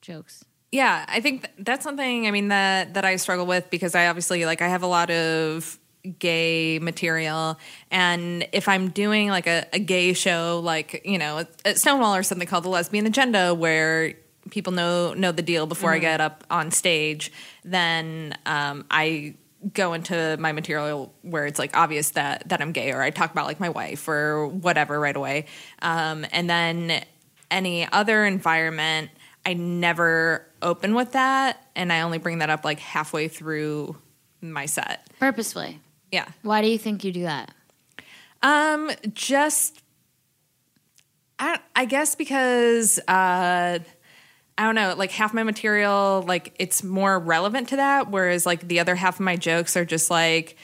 Speaker 4: jokes.
Speaker 2: yeah i think th- that's something i mean that that i struggle with because i obviously like i have a lot of gay material and if i'm doing like a, a gay show like you know at- at stonewall or something called the lesbian agenda where people know know the deal before i get up on stage then um, i go into my material where it's like obvious that that i'm gay or i talk about like my wife or whatever right away um, and then any other environment, I never open with that. And I only bring that up like halfway through my set.
Speaker 4: Purposefully.
Speaker 2: Yeah.
Speaker 4: Why do you think you do that?
Speaker 2: Um, just, I, I guess because, uh, I don't know, like half my material, like it's more relevant to that. Whereas like the other half of my jokes are just like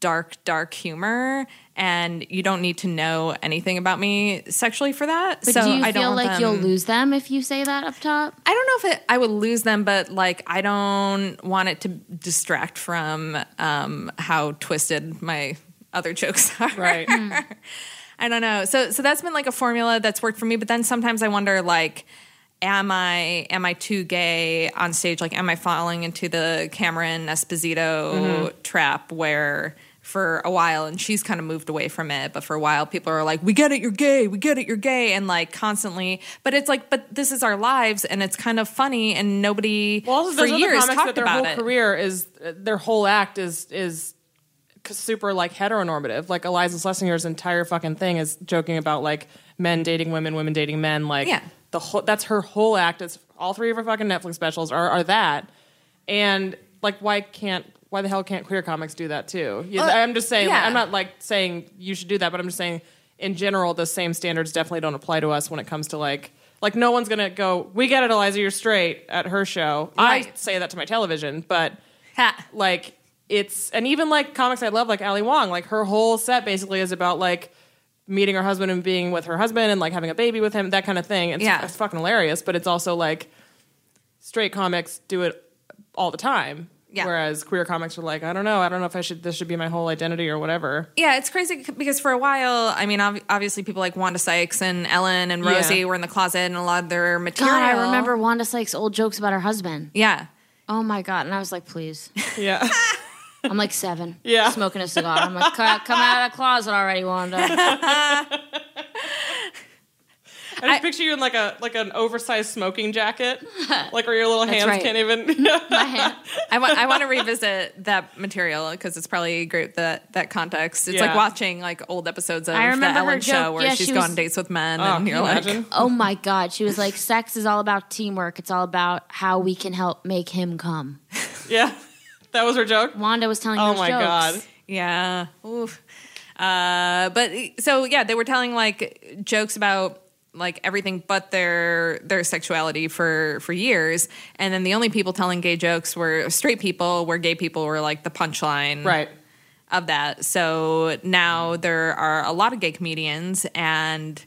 Speaker 2: dark, dark humor. And you don't need to know anything about me sexually for that.
Speaker 4: But
Speaker 2: so
Speaker 4: do you
Speaker 2: I don't um,
Speaker 4: feel
Speaker 2: want
Speaker 4: like
Speaker 2: them-
Speaker 4: you'll lose them if you say that up top?
Speaker 2: I don't know if it, I would lose them, but like I don't want it to distract from um, how twisted my other jokes are.
Speaker 3: Right.
Speaker 2: I don't know. So so that's been like a formula that's worked for me. But then sometimes I wonder like, am I am I too gay on stage? Like, am I falling into the Cameron Esposito
Speaker 3: Mm-hmm.
Speaker 2: trap where? For a while, and she's kind of moved away from it. But for a while, people are like, "We get it, you're gay. We get it, you're gay," and like constantly. But it's like, but this is our lives, and it's kind of funny, and nobody
Speaker 3: Well, also,
Speaker 2: for
Speaker 3: there's other
Speaker 2: years
Speaker 3: comics that
Speaker 2: talked
Speaker 3: their
Speaker 2: about
Speaker 3: whole
Speaker 2: it.
Speaker 3: career is their whole act is is c- super like heteronormative. Like Eliza Schlesinger's entire fucking thing is joking about like men dating women, women dating men. Like
Speaker 2: Yeah.
Speaker 3: the whole that's her whole act. It's all three of her fucking Netflix specials are are that. And like, why can't why the hell can't queer comics do that too? You- I'm just saying.
Speaker 2: yeah.
Speaker 3: I'm not like saying you should do that, but I'm just saying in general the same standards definitely don't apply to us when it comes to like. Like no one's gonna go. We get it, Eliza. You're straight at her show. I
Speaker 2: Right.
Speaker 3: say that to my television, but
Speaker 2: Ha.
Speaker 3: like it's and even like comics I love, like Ali Wong, like her whole set basically is about like meeting her husband and being with her husband and like having a baby with him, that kind of thing. It's,
Speaker 2: Yeah.
Speaker 3: it's fucking hilarious, but it's also like straight comics do it all the time.
Speaker 2: Yeah.
Speaker 3: Whereas queer comics are like, I don't know, I don't know if I should this should be my whole identity or whatever.
Speaker 2: Yeah, it's crazy c- because for a while, I mean, ob- obviously people like Wanda Sykes and Ellen and Rosie
Speaker 3: Yeah.
Speaker 2: were in the closet and a lot of their material.
Speaker 4: God, I remember Wanda Sykes' old jokes about her husband.
Speaker 2: Yeah.
Speaker 4: Oh my God. And I was like, please.
Speaker 3: Yeah.
Speaker 4: I'm like seven.
Speaker 3: Yeah.
Speaker 4: Smoking a cigar. I'm like, "C- come out of the closet already, Wanda.
Speaker 3: I just picture you in like a like an oversized smoking jacket. like where your little hands
Speaker 4: right.
Speaker 3: can't even
Speaker 4: My hand-
Speaker 2: I want to revisit that material because it's probably great that that context. It's
Speaker 3: Yeah.
Speaker 2: like watching like old episodes of
Speaker 4: I
Speaker 2: the
Speaker 4: remember her
Speaker 2: Ellen show
Speaker 4: joke.
Speaker 2: where
Speaker 4: Yeah,
Speaker 2: she's
Speaker 4: she
Speaker 2: going
Speaker 4: was-
Speaker 2: on dates with men
Speaker 3: Oh,
Speaker 2: and
Speaker 3: can
Speaker 2: you're
Speaker 3: you
Speaker 2: like,
Speaker 3: imagine?
Speaker 4: oh my God. She was like, sex is all about teamwork. It's all about how we can help make him come.
Speaker 3: Yeah. That was her joke.
Speaker 4: Wanda was telling
Speaker 3: Oh
Speaker 4: those
Speaker 3: my
Speaker 4: jokes.
Speaker 3: god.
Speaker 2: yeah, oof. Uh, but so yeah, they were telling like jokes about like everything but their their sexuality for for years, and then the only people telling gay jokes were straight people, where gay people were like the punchline,
Speaker 3: Right.
Speaker 2: of that. So now there are a lot of gay comedians and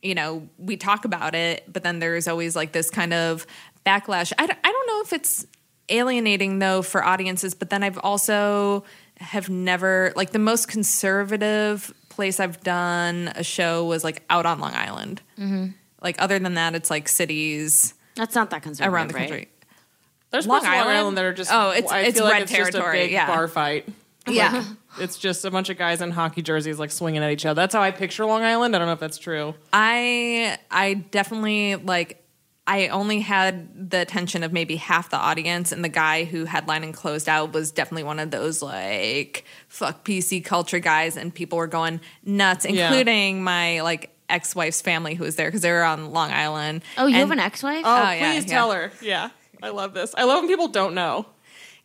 Speaker 2: you know, we talk about it, but then there's always like this kind of backlash. I, d- I don't know if it's alienating though for audiences, but then I've also have never like the most conservative place I've done a show was like out on Long Island.
Speaker 4: Mm-hmm.
Speaker 2: Like other than that, it's like cities
Speaker 4: That's not that conservative.
Speaker 2: around the
Speaker 4: right?
Speaker 2: country.
Speaker 3: There's
Speaker 2: Long
Speaker 3: parts of Long Island?
Speaker 2: Island?
Speaker 3: that are just
Speaker 2: Oh, it's-
Speaker 3: I
Speaker 2: it's
Speaker 3: feel like
Speaker 2: red
Speaker 3: it's Just a
Speaker 2: territory,
Speaker 3: big
Speaker 2: yeah.
Speaker 3: bar fight.
Speaker 2: Yeah.
Speaker 3: It's just a bunch of guys in hockey jerseys like swinging at each other. That's how I picture Long Island. I don't know if that's true.
Speaker 2: I I definitely like I only had the attention of maybe half the audience, and the guy who headlined and closed out was definitely one of those like fuck PC culture guys, and people were going nuts,
Speaker 3: Yeah.
Speaker 2: including my like ex wife's family who was there because they were on Long Island.
Speaker 4: Oh, you
Speaker 2: And-
Speaker 4: have an ex wife?
Speaker 3: Oh,
Speaker 2: Oh,
Speaker 3: please
Speaker 2: yeah, yeah.
Speaker 3: tell her. Yeah, I love this. I love when people don't know.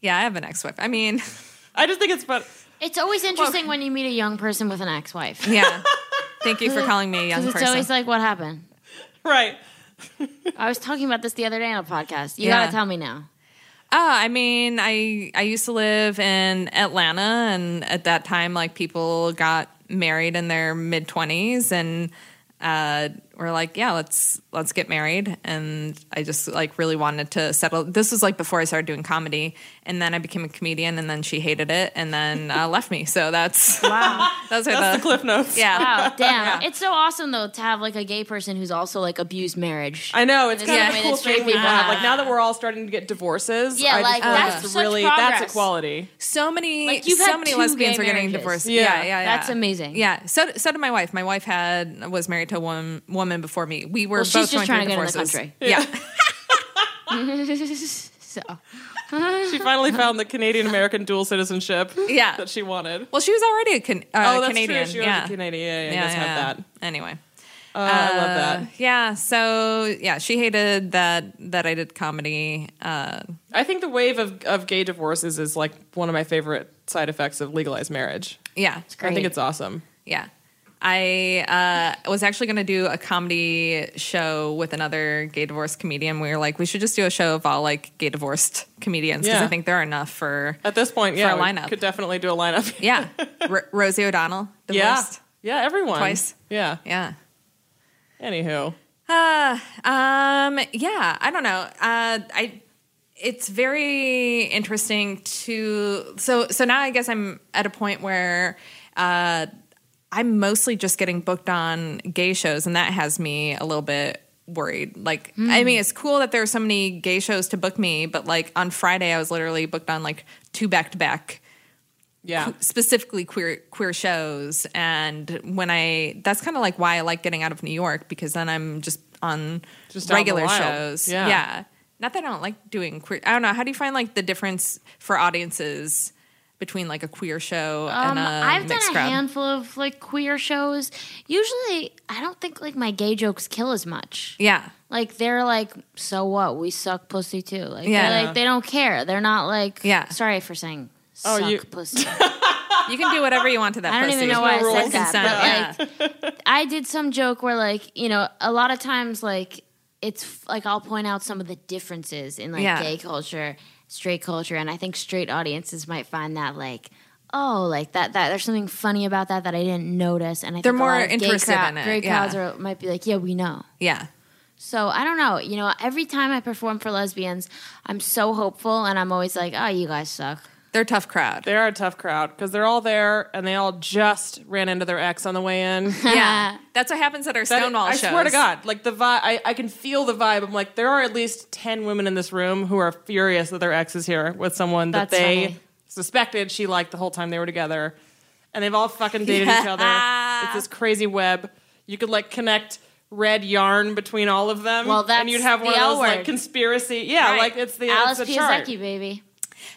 Speaker 2: Yeah, I have an ex wife. I mean,
Speaker 3: I just think it's fun.
Speaker 4: It's always interesting when you meet a young person with an ex wife.
Speaker 2: yeah. Thank you for calling me a young
Speaker 4: Because it's
Speaker 2: person.
Speaker 4: always like, what happened?
Speaker 3: Right.
Speaker 4: I was talking about this the other day on a podcast. You
Speaker 2: Yeah.
Speaker 4: got to tell me now.
Speaker 2: Oh, I mean, I I used to live in Atlanta, and at that time, like people got married in their mid twenties and uh, we're like, yeah, let's let's get married. And I just like really wanted to settle. This was like before I started doing comedy, and then I became a comedian, and then she hated it, and then uh, left me. So that's wow. Those are
Speaker 3: That's the
Speaker 2: the,
Speaker 3: cliff notes.
Speaker 2: Yeah.
Speaker 4: Wow, Oh, damn. It's so awesome though to have like a gay person who's also like abused marriage.
Speaker 3: I know it's
Speaker 4: It's
Speaker 3: kind
Speaker 4: the
Speaker 3: of a
Speaker 4: way
Speaker 3: cool
Speaker 4: that straight
Speaker 3: thing we
Speaker 4: people
Speaker 3: have.
Speaker 4: have.
Speaker 3: Like now that we're all starting to get divorces,
Speaker 4: Yeah,
Speaker 3: I just
Speaker 4: like,
Speaker 3: feel
Speaker 4: that's
Speaker 3: that's
Speaker 4: such
Speaker 3: really that's
Speaker 4: progress.
Speaker 3: equality.
Speaker 2: so many
Speaker 4: Like, you've had
Speaker 2: so many
Speaker 4: two
Speaker 2: lesbians
Speaker 4: gay
Speaker 2: are getting
Speaker 4: marriages.
Speaker 2: divorced.
Speaker 3: Yeah.
Speaker 2: Yeah. yeah, yeah,
Speaker 4: That's amazing.
Speaker 2: Yeah. So so did my wife. My wife had was married to a woman, woman before me. We were
Speaker 4: Well,
Speaker 2: both
Speaker 4: she's just
Speaker 2: going
Speaker 4: trying to
Speaker 2: through
Speaker 4: get out of the
Speaker 2: divorces.
Speaker 4: country.
Speaker 2: Yeah.
Speaker 4: so
Speaker 3: She finally found the Canadian American dual citizenship.
Speaker 2: Yeah.
Speaker 3: that she wanted.
Speaker 2: well, she was already a can, uh,
Speaker 3: oh, that's
Speaker 2: Canadian.
Speaker 3: true. She
Speaker 2: yeah.
Speaker 3: was a Canadian. Yeah, yeah,
Speaker 2: Yeah,
Speaker 3: I guess
Speaker 2: yeah.
Speaker 3: have that.
Speaker 2: Anyway.
Speaker 3: Uh, I love that.
Speaker 2: Uh, yeah. So yeah, she hated that that I did comedy. Uh,
Speaker 3: I think the wave of, of gay divorces is like one of my favorite side effects of legalized marriage.
Speaker 2: yeah.
Speaker 3: I think
Speaker 4: Great.
Speaker 3: it's awesome.
Speaker 2: Yeah. I uh, was actually going to do a comedy show with another gay divorced comedian. We were like, we should just do a show of all like gay divorced comedians because
Speaker 3: Yeah.
Speaker 2: I think there are enough for.
Speaker 3: At this point, yeah,
Speaker 2: a
Speaker 3: we
Speaker 2: lineup.
Speaker 3: could definitely do a lineup.
Speaker 2: Yeah. R- Rosie O'Donnell,
Speaker 3: yeah,
Speaker 2: divorced.
Speaker 3: yeah, everyone
Speaker 2: Twice.
Speaker 3: Yeah.
Speaker 2: Yeah.
Speaker 3: Anywho,
Speaker 2: Uh, um, yeah, I don't know. Uh, I, it's very interesting to, so, so now I guess I'm at a point where, uh, I'm mostly just getting booked on gay shows, and that has me a little bit worried. Like, I mean, it's cool that there are so many gay shows to book me, but like on Friday, I was literally booked on like two back to back
Speaker 3: yeah,
Speaker 2: specifically queer queer shows and when i that's kind of like why i like getting out of new york because then i'm just on
Speaker 3: Just out in the
Speaker 2: regular
Speaker 3: wild.
Speaker 2: shows
Speaker 3: Yeah.
Speaker 2: not that i don't like doing queer i don't know how do you find like the difference for audiences between like a queer show
Speaker 4: um,
Speaker 2: and a
Speaker 4: I've done
Speaker 2: mixed
Speaker 4: a
Speaker 2: crowd
Speaker 4: handful of like queer shows. Usually, I don't think like my gay jokes kill as much.
Speaker 2: yeah
Speaker 4: Like they're like, so what? We suck pussy too. Like,
Speaker 2: Yeah.
Speaker 4: they're, like they don't care. They're not like,
Speaker 2: Yeah.
Speaker 4: Sorry for saying.
Speaker 3: Oh,
Speaker 4: Suck
Speaker 3: you-
Speaker 4: pussy.
Speaker 2: you can do whatever you want to that
Speaker 4: I don't
Speaker 2: pussy.
Speaker 4: even know why I
Speaker 3: rules.
Speaker 4: said
Speaker 2: Consent,
Speaker 4: that. But like, I did some joke where like you know a lot of times like it's f- like I'll point out some of the differences in like
Speaker 2: Yeah.
Speaker 4: gay culture, straight culture, and I think straight audiences might find that like. Oh, like that, that there's something funny about that that I didn't notice. And I
Speaker 2: They're
Speaker 4: think a
Speaker 2: more
Speaker 4: lot of gay
Speaker 2: interested
Speaker 4: crowd-
Speaker 2: in it,
Speaker 4: Gay
Speaker 2: yeah.
Speaker 4: crowds are, might be like, yeah, we know.
Speaker 2: yeah
Speaker 4: So I don't know. You know, every time I perform for lesbians, I'm so hopeful and I'm always like, oh, you guys suck.
Speaker 2: they're a tough crowd
Speaker 3: they are a tough crowd because they're all there and they all just ran into their ex on the way in.
Speaker 2: yeah that's what happens at our
Speaker 3: That-
Speaker 2: stonewall
Speaker 3: I
Speaker 2: shows
Speaker 3: swear to God, like the vibe, I, I can feel the vibe. I'm like, there are at least ten women in this room who are furious that their ex is here with someone that
Speaker 4: That's
Speaker 3: they
Speaker 4: funny.
Speaker 3: suspected she liked the whole time they were together, and they've all fucking dated each other. It's this crazy web. You could like connect red yarn between all of them.
Speaker 4: Well, that's
Speaker 3: and you'd have one
Speaker 4: the
Speaker 3: of
Speaker 4: L
Speaker 3: those like
Speaker 4: word.
Speaker 3: conspiracy. Yeah,
Speaker 2: Right.
Speaker 3: like it's the
Speaker 4: Alice
Speaker 3: it's the chart.
Speaker 4: Piasecki, baby.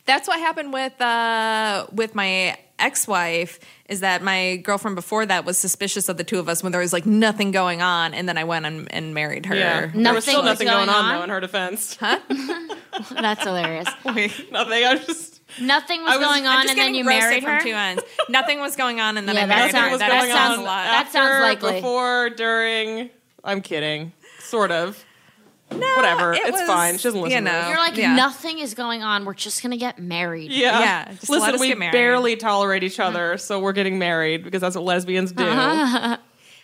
Speaker 2: That's what happened with uh, with my ex wife. Is that my girlfriend before that was suspicious of the two of us when there was like nothing going on, and then I went and, and married her.
Speaker 3: Yeah, there was still
Speaker 4: Nothing was
Speaker 3: nothing
Speaker 4: going
Speaker 3: going on,
Speaker 4: on?
Speaker 3: though in her defense.
Speaker 4: That's hilarious.
Speaker 3: nothing. I just
Speaker 4: Nothing was,
Speaker 3: I was-
Speaker 4: going
Speaker 3: I'm
Speaker 4: on,
Speaker 2: Just
Speaker 4: and then
Speaker 2: getting
Speaker 4: you
Speaker 2: roasted
Speaker 4: married
Speaker 2: from
Speaker 4: her.
Speaker 2: two ends. Nothing was going on, and then
Speaker 4: Yeah,
Speaker 2: I
Speaker 4: that
Speaker 2: married
Speaker 4: sounds-
Speaker 2: her.
Speaker 4: that sounds-
Speaker 2: a lot.
Speaker 4: that sounds
Speaker 3: after,
Speaker 4: likely.
Speaker 3: Before, during, I'm kidding. Sort of.
Speaker 2: No,
Speaker 3: whatever.
Speaker 2: it
Speaker 3: It's
Speaker 2: was-
Speaker 3: fine. She doesn't listen
Speaker 2: You
Speaker 3: to
Speaker 2: know,
Speaker 3: this.
Speaker 4: You're like,
Speaker 2: yeah.
Speaker 4: nothing is going on. We're just gonna get married.
Speaker 3: Yeah.
Speaker 2: Yeah, just
Speaker 3: Listen,
Speaker 2: let us
Speaker 3: we
Speaker 2: get married.
Speaker 3: barely tolerate each
Speaker 4: Uh-huh.
Speaker 3: other, so we're getting married because that's what lesbians do.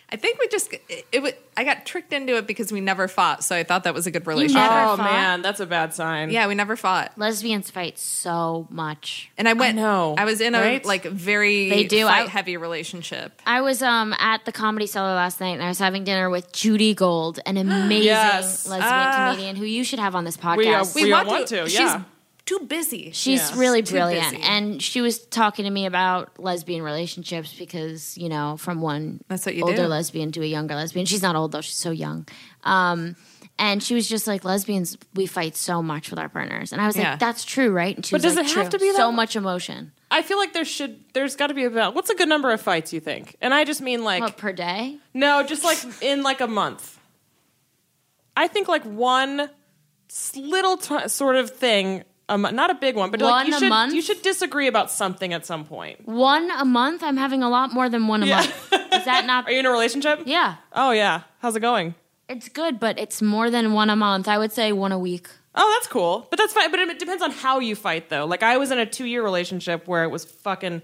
Speaker 2: I think we just it, it. wa- I got tricked into it because we never fought, so I thought that was a good relationship.
Speaker 4: never-
Speaker 3: Oh
Speaker 4: fought?
Speaker 3: man, that's a bad sign.
Speaker 2: yeah, we never fought,
Speaker 4: Lesbians fight so much.
Speaker 2: and I went.
Speaker 3: know,
Speaker 2: I was in a
Speaker 3: right?
Speaker 2: like very
Speaker 4: They do. I-
Speaker 2: fight heavy relationship.
Speaker 4: I was um at the Comedy Cellar last night, and I was having dinner with Judy Gold, an amazing
Speaker 3: Yes. Ah.
Speaker 4: lesbian comedian who you should have on this podcast.
Speaker 3: We, uh, we
Speaker 2: want
Speaker 3: don't want to,
Speaker 2: She's
Speaker 3: yeah.
Speaker 2: too busy.
Speaker 4: She's
Speaker 3: Yeah.
Speaker 4: really
Speaker 2: She's too
Speaker 4: brilliant.
Speaker 2: busy.
Speaker 4: And she was talking to me about lesbian relationships because, you know, from one
Speaker 2: That's what you
Speaker 4: older
Speaker 2: do.
Speaker 4: lesbian to a younger lesbian. She's not old though, she's so young. Um, and she was just like, lesbians, we fight so much with our partners. And I was
Speaker 2: Yeah.
Speaker 4: like, that's true, right? And she
Speaker 3: But does
Speaker 4: was like,
Speaker 3: it have
Speaker 4: true.
Speaker 3: to be
Speaker 4: so
Speaker 3: that-
Speaker 4: much emotion.
Speaker 3: I feel like there should there's got to be about what's a good number of fights you think? And I just mean like
Speaker 4: What, per day?
Speaker 3: no, just like in like a month. I think like one s- little t- sort of thing, a mo- not a big one, but like
Speaker 4: One
Speaker 3: you
Speaker 4: a
Speaker 3: should
Speaker 4: month?
Speaker 3: you should disagree about something at some point.
Speaker 4: One a month? I'm having a lot more than one a month. Is that not?
Speaker 3: Are you in a relationship?
Speaker 4: yeah.
Speaker 3: Oh yeah. How's it going?
Speaker 4: It's good, but it's more than one a month. I would say one a week.
Speaker 3: Oh, that's cool. But that's fine. But it depends on how you fight, though. Like I was in a two-year relationship where it was fucking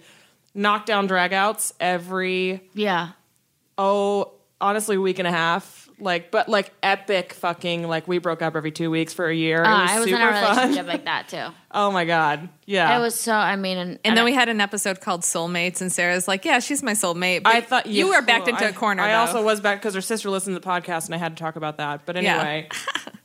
Speaker 3: knockdown dragouts every
Speaker 4: Yeah.
Speaker 3: oh honestly a week and a half. Like, but like epic fucking like we broke up every two weeks for a year. it
Speaker 4: Uh,
Speaker 3: was
Speaker 4: I was
Speaker 3: super
Speaker 4: in a
Speaker 3: fun.
Speaker 4: relationship like that too.
Speaker 3: Oh my god, yeah.
Speaker 4: It was so. I mean, and,
Speaker 2: And then we had an episode called Soulmates, and Sarah's like, "Yeah, she's my soulmate." But
Speaker 3: I thought
Speaker 2: you
Speaker 3: yeah,
Speaker 2: were backed
Speaker 3: well,
Speaker 2: into
Speaker 3: I-
Speaker 2: a corner.
Speaker 3: I
Speaker 2: though.
Speaker 3: also was back because her sister listened to the podcast, and I had to talk about that. But
Speaker 2: Yeah.
Speaker 3: anyway,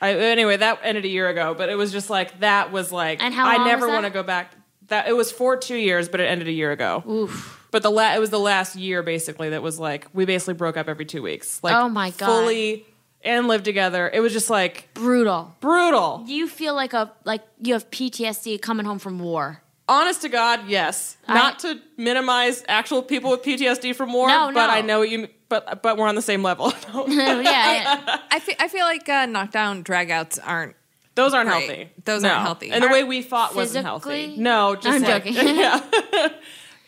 Speaker 3: I, anyway that ended a year ago. But it was just like that was like
Speaker 4: And how
Speaker 3: I
Speaker 4: long
Speaker 3: never
Speaker 4: was that?
Speaker 3: want to go back. That it was for two years, but it ended a year ago.
Speaker 4: Oof.
Speaker 3: But the la- it was the last year basically that was like we basically broke up every two weeks. Like
Speaker 4: Oh my God.
Speaker 3: fully and lived together. It was just like
Speaker 4: brutal.
Speaker 3: brutal.
Speaker 4: You feel like a like you have PTSD coming home from war.
Speaker 3: Honest to God, yes. Not to minimize actual people with PTSD from war,
Speaker 4: No,
Speaker 3: but
Speaker 4: no.
Speaker 3: I know what you. But but we're on the same level.
Speaker 4: yeah, yeah.
Speaker 2: I feel, I feel like uh, knockdown dragouts aren't.
Speaker 3: Those aren't
Speaker 2: Right.
Speaker 3: healthy.
Speaker 2: Those
Speaker 3: No.
Speaker 2: aren't healthy.
Speaker 3: And the way we fought wasn't
Speaker 4: Physically?
Speaker 3: healthy. No, just
Speaker 4: I'm
Speaker 3: like-
Speaker 4: joking.
Speaker 3: Yeah.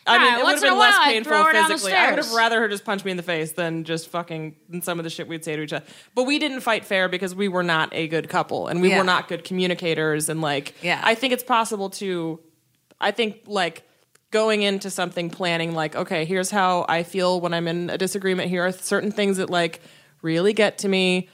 Speaker 3: I mean,
Speaker 4: Alright,
Speaker 3: it would have
Speaker 4: once in a
Speaker 3: been less
Speaker 4: while, I'd
Speaker 3: painful
Speaker 4: throw her down the
Speaker 3: physically. I would have
Speaker 4: stairs.
Speaker 3: rather her just punch me in the face than just fucking than some of the shit we'd say to each other. But we didn't fight fair because we were not a good couple and we
Speaker 2: Yeah.
Speaker 3: were not good communicators. And like,
Speaker 2: Yeah.
Speaker 3: I think it's possible to, I think like going into something planning like, okay, here's how I feel when I'm in a disagreement. Here are certain things that like really get to me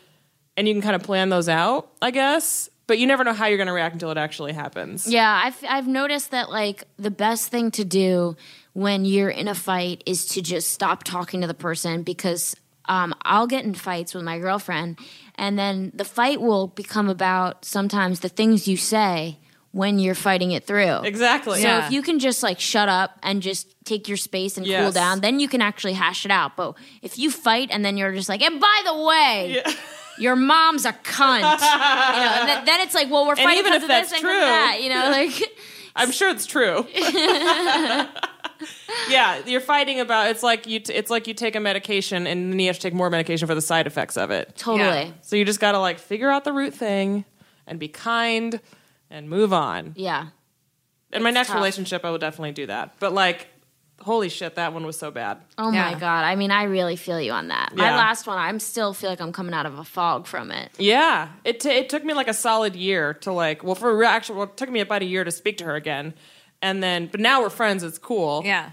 Speaker 3: and you can kind of plan those out, I guess. But you never know how you're going to react until it actually happens.
Speaker 4: yeah I've I've noticed that like the best thing to do when you're in a fight is to just stop talking to the person because um, I'll get in fights with my girlfriend, and then the fight will become about sometimes the things you say when you're fighting it through.
Speaker 3: Exactly.
Speaker 4: So
Speaker 2: Yeah.
Speaker 4: if you can just like shut up and just take your space and cool
Speaker 3: Yes.
Speaker 4: down, then you can actually hash it out. But if you fight and then you're just like, and by the way, your mom's a cunt, you know, and th- then it's like, well, we're fighting
Speaker 3: even if
Speaker 4: because of this
Speaker 3: that's
Speaker 4: and 'cause
Speaker 3: true-
Speaker 4: of that, you know, like
Speaker 3: I'm sure it's true. yeah, you're fighting about it's like you t- it's like you take a medication and then you have to take more medication for the side effects of it.
Speaker 4: totally,
Speaker 3: So you just got to like figure out the root thing and be kind and move on.
Speaker 4: yeah.
Speaker 3: In my next
Speaker 4: tough.
Speaker 3: relationship I will definitely do that. But like holy shit, that one was so bad.
Speaker 4: Oh
Speaker 2: Yeah.
Speaker 4: my god! I mean, I really feel you on that. My
Speaker 3: Yeah.
Speaker 4: last one, I'm still feel like I'm coming out of a fog from it.
Speaker 3: Yeah, it t- it took me like a solid year to like. Well, for real, actually, well, it took me about a year to speak to her again, and then but now we're friends. It's cool.
Speaker 2: Yeah.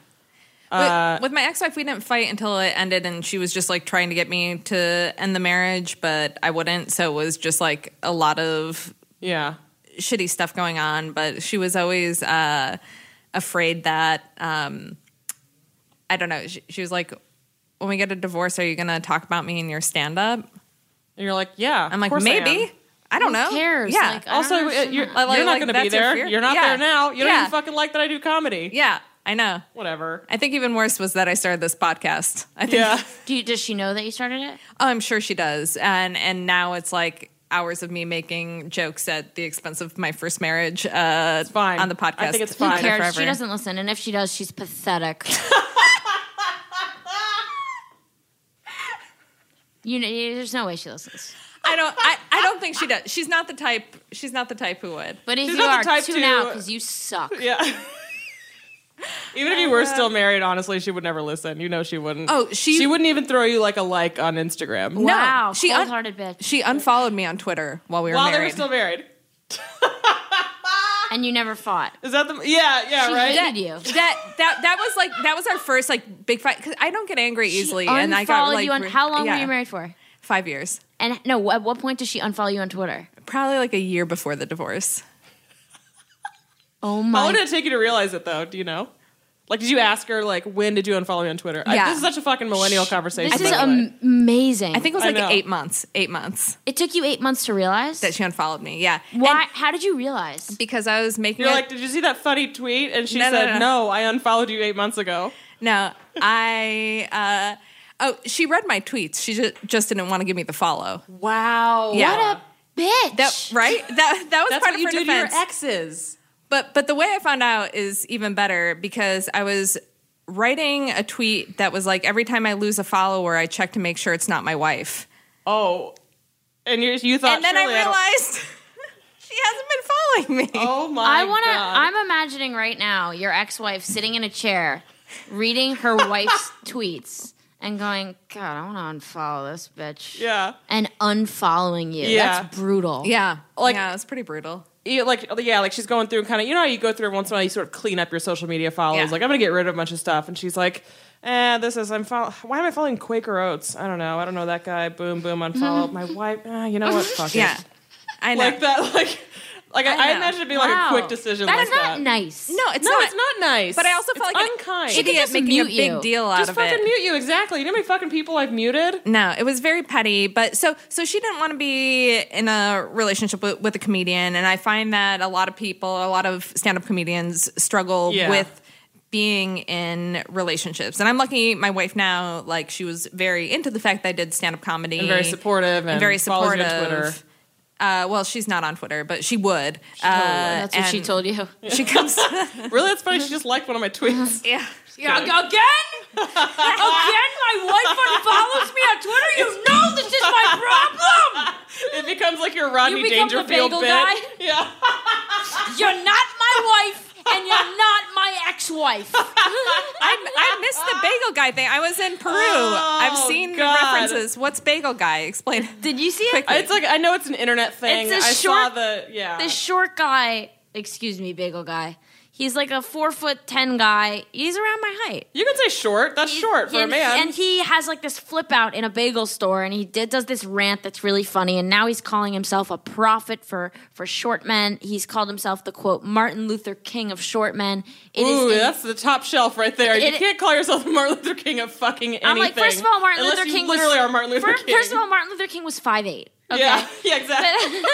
Speaker 2: With- with, my ex-wife, we didn't fight until it ended, and she was just like trying to get me to end the marriage, but I wouldn't. So it was just like a lot of
Speaker 3: yeah.
Speaker 2: shitty stuff going on, but she was always uh, afraid that um, I don't know. She, she was like, "When we get a divorce, are you going to talk about me in your stand up?"
Speaker 3: And you're like, yeah.
Speaker 2: I'm
Speaker 3: of
Speaker 2: like,
Speaker 3: course I am.
Speaker 2: "Maybe." I, don't know.
Speaker 4: cares?
Speaker 2: Yeah. Oh,
Speaker 4: Like, I don't
Speaker 3: Also, uh,
Speaker 4: understand
Speaker 3: you're, you're
Speaker 4: that.
Speaker 3: not
Speaker 2: Like,
Speaker 3: going to be
Speaker 2: that's your
Speaker 3: there.
Speaker 2: fear?
Speaker 3: You're not
Speaker 2: Yeah.
Speaker 3: there now. You don't
Speaker 2: Yeah.
Speaker 3: even fucking like that I do comedy.
Speaker 2: yeah. I know.
Speaker 3: Whatever.
Speaker 2: I think even worse was that I started this podcast. I think
Speaker 3: Yeah.
Speaker 4: Do you, does she know that you started it?
Speaker 2: Oh, I'm sure she does. And and now it's like hours of me making jokes at the expense of my first marriage. Uh, it's
Speaker 3: fine.
Speaker 2: on the podcast.
Speaker 3: I think it's
Speaker 4: Who
Speaker 3: fine.
Speaker 4: cares?
Speaker 2: forever.
Speaker 4: She doesn't listen, and if she does, she's pathetic. you know, you- there's no way she listens.
Speaker 2: I don't. I, I don't think she does. She's not the type. She's not the type who would.
Speaker 4: But if
Speaker 3: She's
Speaker 4: you
Speaker 3: not the
Speaker 4: are,
Speaker 3: type
Speaker 4: tune
Speaker 3: to-
Speaker 4: out because you suck.
Speaker 3: Yeah. even if you were still married, honestly, she would never listen. You know, she wouldn't.
Speaker 2: Oh, she-
Speaker 3: she wouldn't even throw you like a like on Instagram
Speaker 4: Wow,
Speaker 2: she un-
Speaker 4: cold-hearted bitch.
Speaker 2: She unfollowed me on Twitter while we were
Speaker 3: while they were
Speaker 2: married.
Speaker 3: still married.
Speaker 4: And you never fought.
Speaker 3: Is that the? Yeah, yeah,
Speaker 4: She
Speaker 3: right.
Speaker 4: hated you.
Speaker 2: that that that was like that was our first like big fight because I don't get angry easily
Speaker 4: she
Speaker 2: and I got
Speaker 4: unfollowed
Speaker 2: like
Speaker 4: you on
Speaker 2: re-
Speaker 4: how long
Speaker 2: yeah,
Speaker 4: were you married for?
Speaker 2: Five years,
Speaker 4: And no, at what point does she unfollow you on Twitter?
Speaker 2: probably like a year before the divorce.
Speaker 3: How
Speaker 4: Oh my!
Speaker 3: long did it take you to realize it though? Do you know? Like, did you ask her like when did you unfollow me on Twitter? I-
Speaker 2: Yeah.
Speaker 3: this is such a fucking millennial conversation.
Speaker 4: this is
Speaker 3: by the
Speaker 2: um,
Speaker 3: way.
Speaker 4: am- amazing.
Speaker 2: I think it was
Speaker 3: I
Speaker 2: like
Speaker 3: know.
Speaker 2: eight months. Eight months
Speaker 4: it took you eight months to realize.
Speaker 2: that she unfollowed me. Yeah,
Speaker 4: Why? how did you realize?
Speaker 2: because I was making
Speaker 3: You're
Speaker 2: it-
Speaker 3: like, did you see that funny tweet? And she
Speaker 2: No, no,
Speaker 3: said,
Speaker 2: no,
Speaker 3: no,
Speaker 2: no.
Speaker 3: I unfollowed you eight months ago.
Speaker 2: No, I. Uh, oh, she read my tweets. She just, just didn't want to give me the follow.
Speaker 3: Wow.
Speaker 2: Yeah.
Speaker 4: What a bitch!
Speaker 2: That oh right? That that was
Speaker 3: That's
Speaker 2: part
Speaker 3: what
Speaker 2: of
Speaker 3: you
Speaker 2: her
Speaker 3: do
Speaker 2: defense.
Speaker 3: to your exes.
Speaker 2: But but the way I found out is even better because I was writing a tweet that was like every time I lose a follower, I check to make sure it's not my wife.
Speaker 3: Oh. And you, you thought,
Speaker 2: and then I
Speaker 3: "Surely don't-"
Speaker 2: realized she hasn't been following me.
Speaker 3: oh my
Speaker 4: I want to.
Speaker 3: God.
Speaker 4: I'm imagining right now your ex-wife sitting in a chair, reading her wife's tweets and going, "God, I want to unfollow this bitch."
Speaker 3: yeah.
Speaker 4: And unfollowing you.
Speaker 3: Yeah.
Speaker 4: That's brutal.
Speaker 2: Yeah,
Speaker 3: Like-
Speaker 2: yeah, it was pretty brutal.
Speaker 3: You- like, yeah, like she's going through and kind of, you know how you go through every once in a while, you sort of clean up your social media followers.
Speaker 2: Yeah.
Speaker 3: Like, I'm going to get rid of a bunch of stuff. And she's like, eh, this is I'm follow- why am I following Quaker Oats? I don't know. I don't know that guy. Boom, boom,
Speaker 2: Mm-hmm.
Speaker 3: unfollow my wife. Ah, you know what? Fuck it.
Speaker 2: Yeah. I know.
Speaker 3: like that. Like, like I, I,
Speaker 2: know.
Speaker 3: imagine it'd be like
Speaker 4: Wow.
Speaker 3: a quick decision.
Speaker 4: That's
Speaker 3: like
Speaker 4: not
Speaker 3: that.
Speaker 4: nice.
Speaker 2: no, it's
Speaker 3: no,
Speaker 2: not.
Speaker 3: it's not nice.
Speaker 2: But I also felt
Speaker 3: It's
Speaker 2: like
Speaker 3: unkind.
Speaker 2: an idiot
Speaker 4: just
Speaker 2: making a
Speaker 4: mute
Speaker 2: big
Speaker 4: you.
Speaker 2: deal out
Speaker 3: just
Speaker 2: of
Speaker 3: fucking
Speaker 2: it.
Speaker 3: mute you. Exactly. You know how many fucking people I've muted?
Speaker 2: No, it was very petty, but so so she didn't want to be in a relationship with, with a comedian, and I find that a lot of people, a lot of stand-up comedians, struggle
Speaker 3: Yeah.
Speaker 2: with being in relationships. And I'm lucky, my wife now, like she was very into the fact that I did stand-up comedy,
Speaker 3: And very supportive and,
Speaker 2: very
Speaker 3: follows you
Speaker 2: supportive.
Speaker 3: on Twitter.
Speaker 2: Uh, well, she's not on Twitter, but she would. uh,
Speaker 4: That's what she
Speaker 2: and
Speaker 4: told you.
Speaker 2: She comes.
Speaker 3: Really, that's funny. She just liked one of my tweets.
Speaker 2: yeah.
Speaker 4: Yeah, again? again,
Speaker 2: "Oh,
Speaker 3: Ah!"
Speaker 4: my wife unfollows me on Twitter. You know this is my problem.
Speaker 3: It becomes like your Rodney
Speaker 4: You become the
Speaker 3: Dangerfield
Speaker 4: bagel
Speaker 3: bit.
Speaker 4: guy?
Speaker 3: Yeah.
Speaker 4: You're not my wife, and you're not my ex-wife.
Speaker 2: I missed the bagel guy thing. I was in Peru. I've seen
Speaker 3: Oh, God.
Speaker 2: references. What's bagel guy? Explain.
Speaker 4: Did you see it?
Speaker 2: Quickly.
Speaker 3: It's like I know it's an internet thing.
Speaker 4: It's a
Speaker 3: I saw
Speaker 4: short-
Speaker 3: the yeah.
Speaker 4: This short guy, excuse me, bagel guy. He's like a four foot ten guy. He's around my height.
Speaker 3: you can say short. That's short for
Speaker 4: and,
Speaker 3: a man.
Speaker 4: And he has like this flip out in a bagel store, and he did, does this rant that's really funny. And now he's calling himself a prophet for for short men. He's called himself the quote Martin Luther King of short men. It is
Speaker 3: Ooh,
Speaker 4: in-
Speaker 3: that's the top shelf right there.
Speaker 4: It-
Speaker 3: you can't call yourself Martin Luther King of fucking anything.
Speaker 4: I'm like, first of all, Martin
Speaker 3: unless
Speaker 4: Luther
Speaker 3: you
Speaker 4: King
Speaker 3: literally
Speaker 4: was,
Speaker 3: are Martin Luther
Speaker 4: fir-
Speaker 3: King.
Speaker 4: First of all, Martin Luther King was five eight. Okay.
Speaker 3: yeah, yeah, exactly.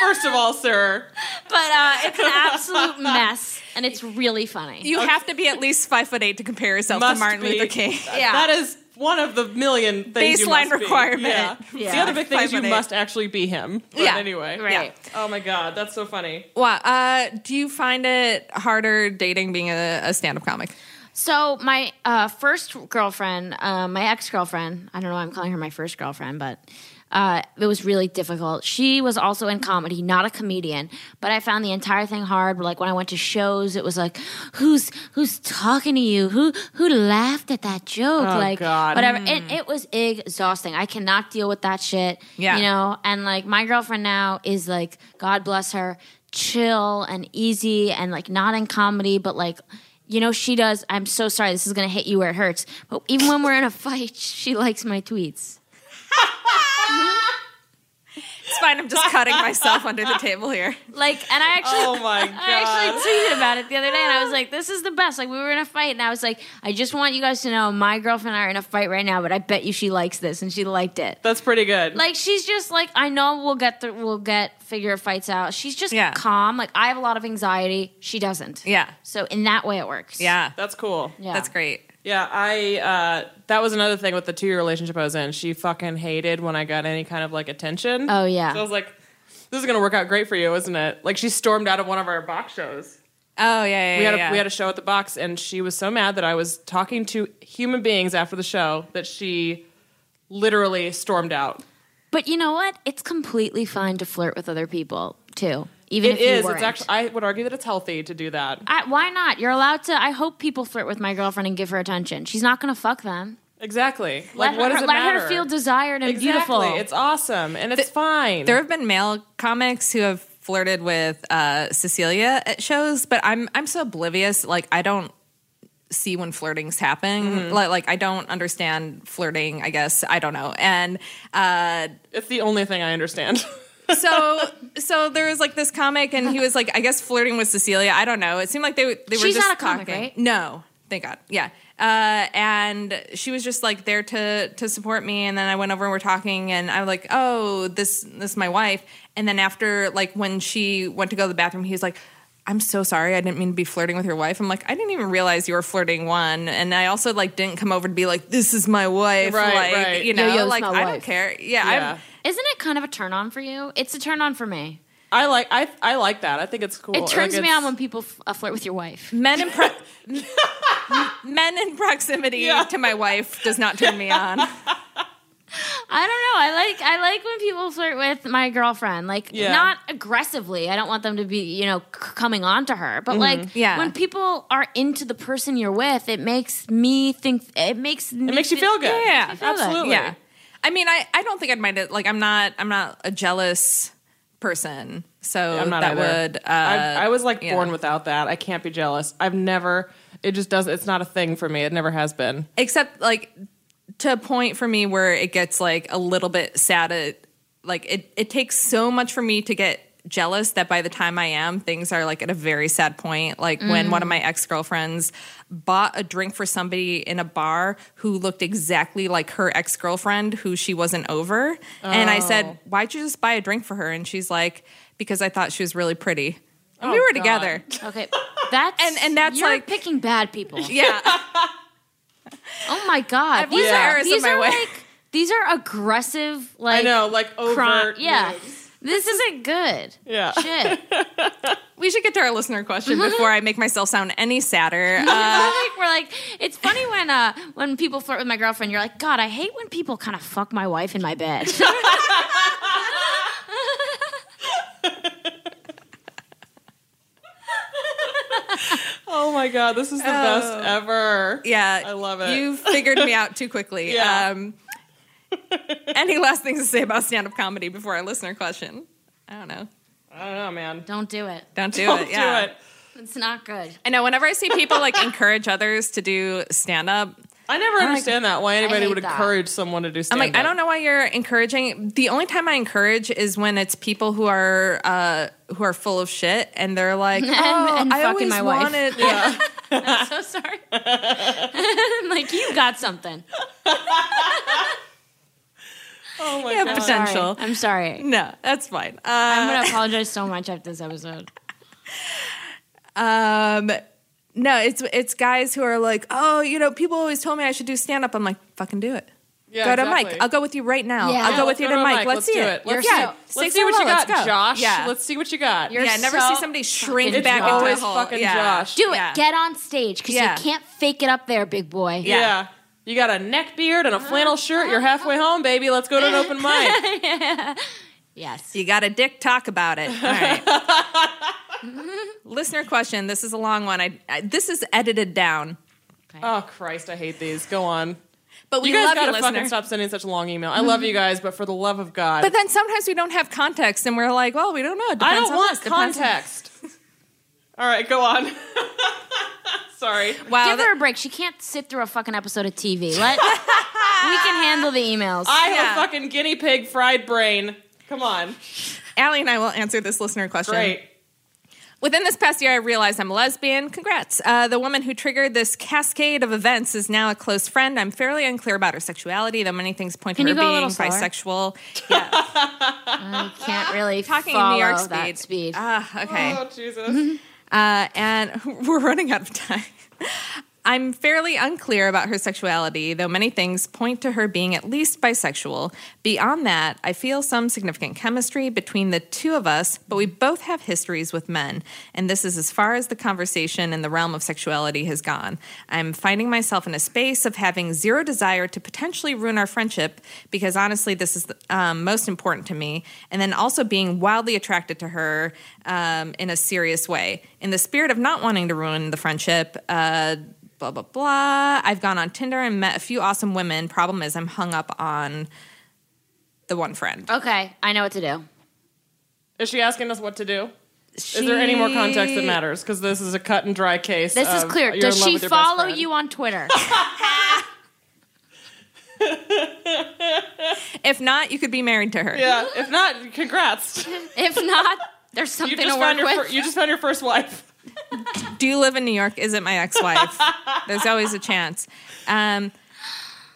Speaker 3: first of all, sir,
Speaker 4: But uh, it's an absolute mess, and it's really funny.
Speaker 2: You have to be at least five foot eight to compare yourself to
Speaker 3: Must
Speaker 2: Martin
Speaker 3: be.
Speaker 2: Luther King.
Speaker 4: Yeah.
Speaker 3: that is one of the million things you
Speaker 2: Baseline
Speaker 3: must be.
Speaker 2: requirement.
Speaker 3: Yeah.
Speaker 4: Yeah.
Speaker 3: The other big thing
Speaker 2: Five
Speaker 3: is you
Speaker 2: foot eight.
Speaker 3: must actually be him. But
Speaker 2: Yeah.
Speaker 3: Anyway,
Speaker 4: Right.
Speaker 3: Oh my god, that's so funny.
Speaker 2: Wow. Uh, do you find it harder dating being a, a stand-up comic?
Speaker 4: So my uh, first girlfriend, uh, my ex girlfriend, I don't know why I'm calling her my first girlfriend, but uh, it was really difficult. She was also in comedy, not a comedian, but I found the entire thing hard. Like when I went to shows, it was like, who's who's talking to you? Who who laughed at that joke?
Speaker 3: Oh,
Speaker 4: like
Speaker 3: God.
Speaker 4: whatever. It, it was exhausting. I cannot deal with that shit.
Speaker 2: Yeah.
Speaker 4: you know. And like my girlfriend now is like, God bless her, chill and easy, and like not in comedy, but like you know, she does. I'm so sorry. This is going to hit you where it hurts. But even when we're in a fight, she likes my tweets.
Speaker 2: It's fine. I'm just cutting myself under the table here.
Speaker 4: Like, and I actually.
Speaker 3: Oh my
Speaker 4: I
Speaker 3: god.
Speaker 4: actually tweeted about it the other day and I was like, this is the best. Like, we were in a fight, and I was like, I just want you guys to know my girlfriend and I are in a fight right now, but I bet you she likes this, and she liked it.
Speaker 3: That's pretty good.
Speaker 4: Like, she's just like, I know we'll get through, we'll get figure fights out. She's just
Speaker 2: Yeah.
Speaker 4: calm. Like, I have a lot of anxiety. She doesn't.
Speaker 2: Yeah.
Speaker 4: So, in that way, it works.
Speaker 2: Yeah.
Speaker 3: that's cool.
Speaker 4: Yeah.
Speaker 2: That's great.
Speaker 3: Yeah, I uh, that was another thing with the two year relationship I was in. She fucking hated when I got any kind of like attention.
Speaker 4: Oh, yeah.
Speaker 3: So I was like, this is gonna work out great for you, isn't it? Like she stormed out of one of our box shows.
Speaker 2: Oh yeah. yeah
Speaker 3: We had a,
Speaker 2: yeah.
Speaker 3: we had a show at the box, and she was so mad that I was talking to human beings after the show that she literally stormed out.
Speaker 4: But you know what? It's completely fine to flirt with other people, too. Even
Speaker 3: It
Speaker 4: if you
Speaker 3: is.
Speaker 4: weren't.
Speaker 3: It's actually. I would argue that it's healthy to do that.
Speaker 4: I, why not? You're allowed to. I hope people flirt with my girlfriend and give her attention. She's not going to fuck them.
Speaker 3: Exactly. Like
Speaker 4: let
Speaker 3: what
Speaker 4: her,
Speaker 3: does it
Speaker 4: let
Speaker 3: matter?
Speaker 4: her feel desired and
Speaker 3: exactly.
Speaker 4: beautiful.
Speaker 3: It's awesome, and it's fine.
Speaker 2: There have been male comics who have flirted with uh, Cecilia at shows, but I'm I'm so oblivious. Like I don't see when flirting's happening. Like, like I don't understand flirting. I guess I don't know. And uh,
Speaker 3: it's the only thing I understand.
Speaker 2: so so there was like this comic, and he was like I guess flirting with Cecilia. I don't know. It seemed like they they were
Speaker 4: She's
Speaker 2: just
Speaker 4: not a comic,
Speaker 2: talking.
Speaker 4: right?
Speaker 2: No, thank God. Yeah. Uh, and she was just like there to to support me, and then I went over and we're talking, and I'm like, oh, this this is my wife. And then after like when she went to go to the bathroom, he was like. I'm so sorry. I didn't mean to be flirting with your wife. I'm like, I didn't even realize you were flirting one, and I also like didn't come over to be like, this is my wife.
Speaker 3: Right,
Speaker 2: like,
Speaker 3: right.
Speaker 2: you
Speaker 4: Yo,
Speaker 2: know,
Speaker 4: yo, it's
Speaker 2: like
Speaker 4: my
Speaker 2: I don't
Speaker 4: wife.
Speaker 2: care. Yeah,
Speaker 3: Yeah.
Speaker 2: I'm,
Speaker 4: Isn't it kind of a turn on for you? It's a turn on for me.
Speaker 3: I like. I I like that. I think it's cool.
Speaker 4: it turns
Speaker 3: Like,
Speaker 4: me
Speaker 3: it's-
Speaker 4: on when people f- uh, flirt with your wife.
Speaker 2: Men in pro- m- men in proximity
Speaker 3: Yeah.
Speaker 2: to my wife does not turn me on.
Speaker 4: I don't know. I like I like when people flirt with my girlfriend. Like
Speaker 3: Yeah.
Speaker 4: not aggressively. I don't want them to be you know c- coming on to her. But
Speaker 3: Mm-hmm.
Speaker 4: like
Speaker 2: Yeah.
Speaker 4: when people are into the person you're with, it makes me think. It makes
Speaker 3: It makes you feel good.
Speaker 2: Yeah,
Speaker 4: feel that.
Speaker 3: absolutely.
Speaker 2: Yeah, I mean, I, I don't think I'd mind it. Like, I'm not I'm not a jealous person. So
Speaker 3: I'm not
Speaker 2: that
Speaker 3: either.
Speaker 2: would. Uh,
Speaker 3: I, I was like
Speaker 2: yeah.
Speaker 3: born without that. I can't be jealous. I've never. It just doesn't. It's not a thing for me. It never has been.
Speaker 2: except like to a point for me where it gets like a little bit sad at like it, it takes so much for me to get jealous that by the time I am, things are like at a very sad point. Like when
Speaker 3: Mm.
Speaker 2: one of my ex girlfriends bought a drink for somebody in a bar who looked exactly like her ex girlfriend who she wasn't over. And I
Speaker 3: Oh.
Speaker 2: said, Why'd you just buy a drink for her? And she's like, Because I thought she was really pretty. And we
Speaker 3: Oh,
Speaker 2: were
Speaker 3: God.
Speaker 2: together.
Speaker 4: Okay, that's
Speaker 2: And- and that's
Speaker 4: you're
Speaker 2: like-
Speaker 4: picking bad people.
Speaker 2: Yeah.
Speaker 4: Oh my god,
Speaker 2: I've learned the errors of
Speaker 4: these
Speaker 2: my
Speaker 4: are
Speaker 2: way.
Speaker 4: like these are aggressive. Like
Speaker 3: I know, like overt.
Speaker 4: cri- yeah, this isn't good.
Speaker 3: Yeah.
Speaker 4: shit.
Speaker 2: we should get to our listener question before I make myself sound any sadder. Uh,
Speaker 4: like we're like it's funny when uh when people flirt with my girlfriend you're like god i hate when people kind of fuck my wife in my bed
Speaker 3: Oh my god, this is the best ever.
Speaker 2: Oh. Yeah.
Speaker 3: I love it.
Speaker 2: You figured me out too quickly.
Speaker 3: Yeah.
Speaker 2: Um, any last things to say about stand up comedy before our listener question? I don't know.
Speaker 3: I don't know, man.
Speaker 4: don't do it
Speaker 2: Don't do
Speaker 3: Don't
Speaker 2: it. Yeah.
Speaker 3: do it.
Speaker 4: it's not good
Speaker 2: I know whenever I see people like encourage others to do stand up,
Speaker 3: I never understand that. Why anybody
Speaker 4: hate
Speaker 3: would
Speaker 4: that.
Speaker 3: encourage someone to do
Speaker 2: I'm
Speaker 3: stand
Speaker 2: like, I don't know why you're encouraging. The only time I encourage is when it's people who are uh, who are full of shit and they're like, oh,
Speaker 4: and
Speaker 2: I always
Speaker 4: fucking my wife."
Speaker 2: wanted.
Speaker 4: i'm so sorry I'm like you got something
Speaker 3: Oh my
Speaker 2: Yeah,
Speaker 3: god.
Speaker 2: potential.
Speaker 4: i'm sorry
Speaker 2: No, that's fine. Uh,
Speaker 4: i'm gonna apologize so much after this episode
Speaker 2: Um, no, it's it's guys who are like, oh, you know, people always told me I should do stand up. I'm like, fucking do it.
Speaker 3: Yeah,
Speaker 2: go
Speaker 3: exactly.
Speaker 2: to Mike. I'll go with you right now.
Speaker 4: Yeah.
Speaker 2: I'll
Speaker 4: Yeah,
Speaker 2: go with
Speaker 3: let's
Speaker 2: you
Speaker 3: go
Speaker 2: to
Speaker 3: to
Speaker 2: Mike.
Speaker 3: Mike.
Speaker 2: Let's,
Speaker 3: Let's
Speaker 2: see
Speaker 3: do
Speaker 2: it.
Speaker 3: it. Let's
Speaker 2: yeah.
Speaker 4: do it.
Speaker 3: Let's see what you got,
Speaker 2: Let's go.
Speaker 3: Josh.
Speaker 2: Yeah.
Speaker 3: Let's see what you got.
Speaker 4: You're
Speaker 2: yeah, never
Speaker 4: so
Speaker 2: see somebody shrink
Speaker 4: fucking
Speaker 2: back
Speaker 4: Josh.
Speaker 2: into
Speaker 3: Always
Speaker 2: a hole.
Speaker 3: fucking
Speaker 2: yeah.
Speaker 3: Josh.
Speaker 4: do it
Speaker 2: Yeah.
Speaker 4: get on stage because
Speaker 2: Yeah.
Speaker 4: you can't fake it up there big boy
Speaker 2: Yeah.
Speaker 3: yeah. You got a neck beard and a flannel shirt. You're halfway home, baby. Let's go to an open mic.
Speaker 4: yes
Speaker 2: You got a dick. Talk about it. All right. Listener question. This is a long one. I, I this is edited down,
Speaker 3: oh Christ, I hate these. Go on.
Speaker 2: but we
Speaker 3: you guys
Speaker 2: love
Speaker 3: gotta
Speaker 2: you,
Speaker 3: fucking
Speaker 2: listener.
Speaker 3: stop sending such long email. I love you guys, but for the love of God,
Speaker 2: But then sometimes we don't have context, and we're like, well, we don't know. It
Speaker 3: I
Speaker 2: depends
Speaker 3: don't
Speaker 2: on
Speaker 3: want
Speaker 2: this, depends on-
Speaker 3: context. All right, go on. Sorry.
Speaker 2: Wow.
Speaker 4: Give
Speaker 2: that-
Speaker 4: her a break. She can't sit through a fucking episode of TV. Let we can handle the emails.
Speaker 3: I have
Speaker 2: Yeah.
Speaker 3: a fucking guinea pig fried brain. Come on.
Speaker 2: Allie and I will answer this listener question.
Speaker 3: Great.
Speaker 2: Within this past year, I realized I'm a lesbian. Congrats. Uh, the woman who triggered this cascade of events is now a close friend. I'm fairly unclear about her sexuality, though many things point
Speaker 4: Can
Speaker 2: to
Speaker 4: you
Speaker 2: her
Speaker 4: go a
Speaker 2: being
Speaker 4: little slower?
Speaker 2: bisexual. Yeah,
Speaker 4: I can't really
Speaker 2: talking in
Speaker 4: follow
Speaker 2: New York speed.
Speaker 4: that speed. Uh,
Speaker 2: Ah, okay.
Speaker 3: Oh,
Speaker 4: Mm-hmm.
Speaker 3: Jesus.
Speaker 2: Uh, and we're running out of time. I'm fairly unclear about her sexuality, though many things point to her being at least bisexual. Beyond that, I feel some significant chemistry between the two of us, but we both have histories with men, and this is as far as the conversation in the realm of sexuality has gone. I'm finding myself in a space of having zero desire to potentially ruin our friendship because honestly, this is the, um, most important to me, and then also being wildly attracted to her um, in a serious way. In the spirit of not wanting to ruin the friendship, uh, blah blah blah. I've gone on Tinder and met a few awesome women. Problem is, I'm hung up on the one friend.
Speaker 4: Okay, I know what to do.
Speaker 3: Is she asking us what to do? Is there any more context that matters? Because this is a cut and dry case.
Speaker 4: This is
Speaker 3: of
Speaker 4: clear.
Speaker 3: you're
Speaker 4: Does
Speaker 3: in love
Speaker 4: she
Speaker 3: with um, your best
Speaker 4: follow
Speaker 3: friend.
Speaker 4: you on Twitter?
Speaker 2: If not, you could be married to her.
Speaker 3: Yeah. If not, congrats.
Speaker 4: if not, there's
Speaker 3: You
Speaker 4: something to
Speaker 3: just,
Speaker 4: work
Speaker 3: found your
Speaker 4: with.
Speaker 3: fir- you just found your first wife.
Speaker 2: Do you live in New York? Is it my ex-wife? There's always a chance. Um,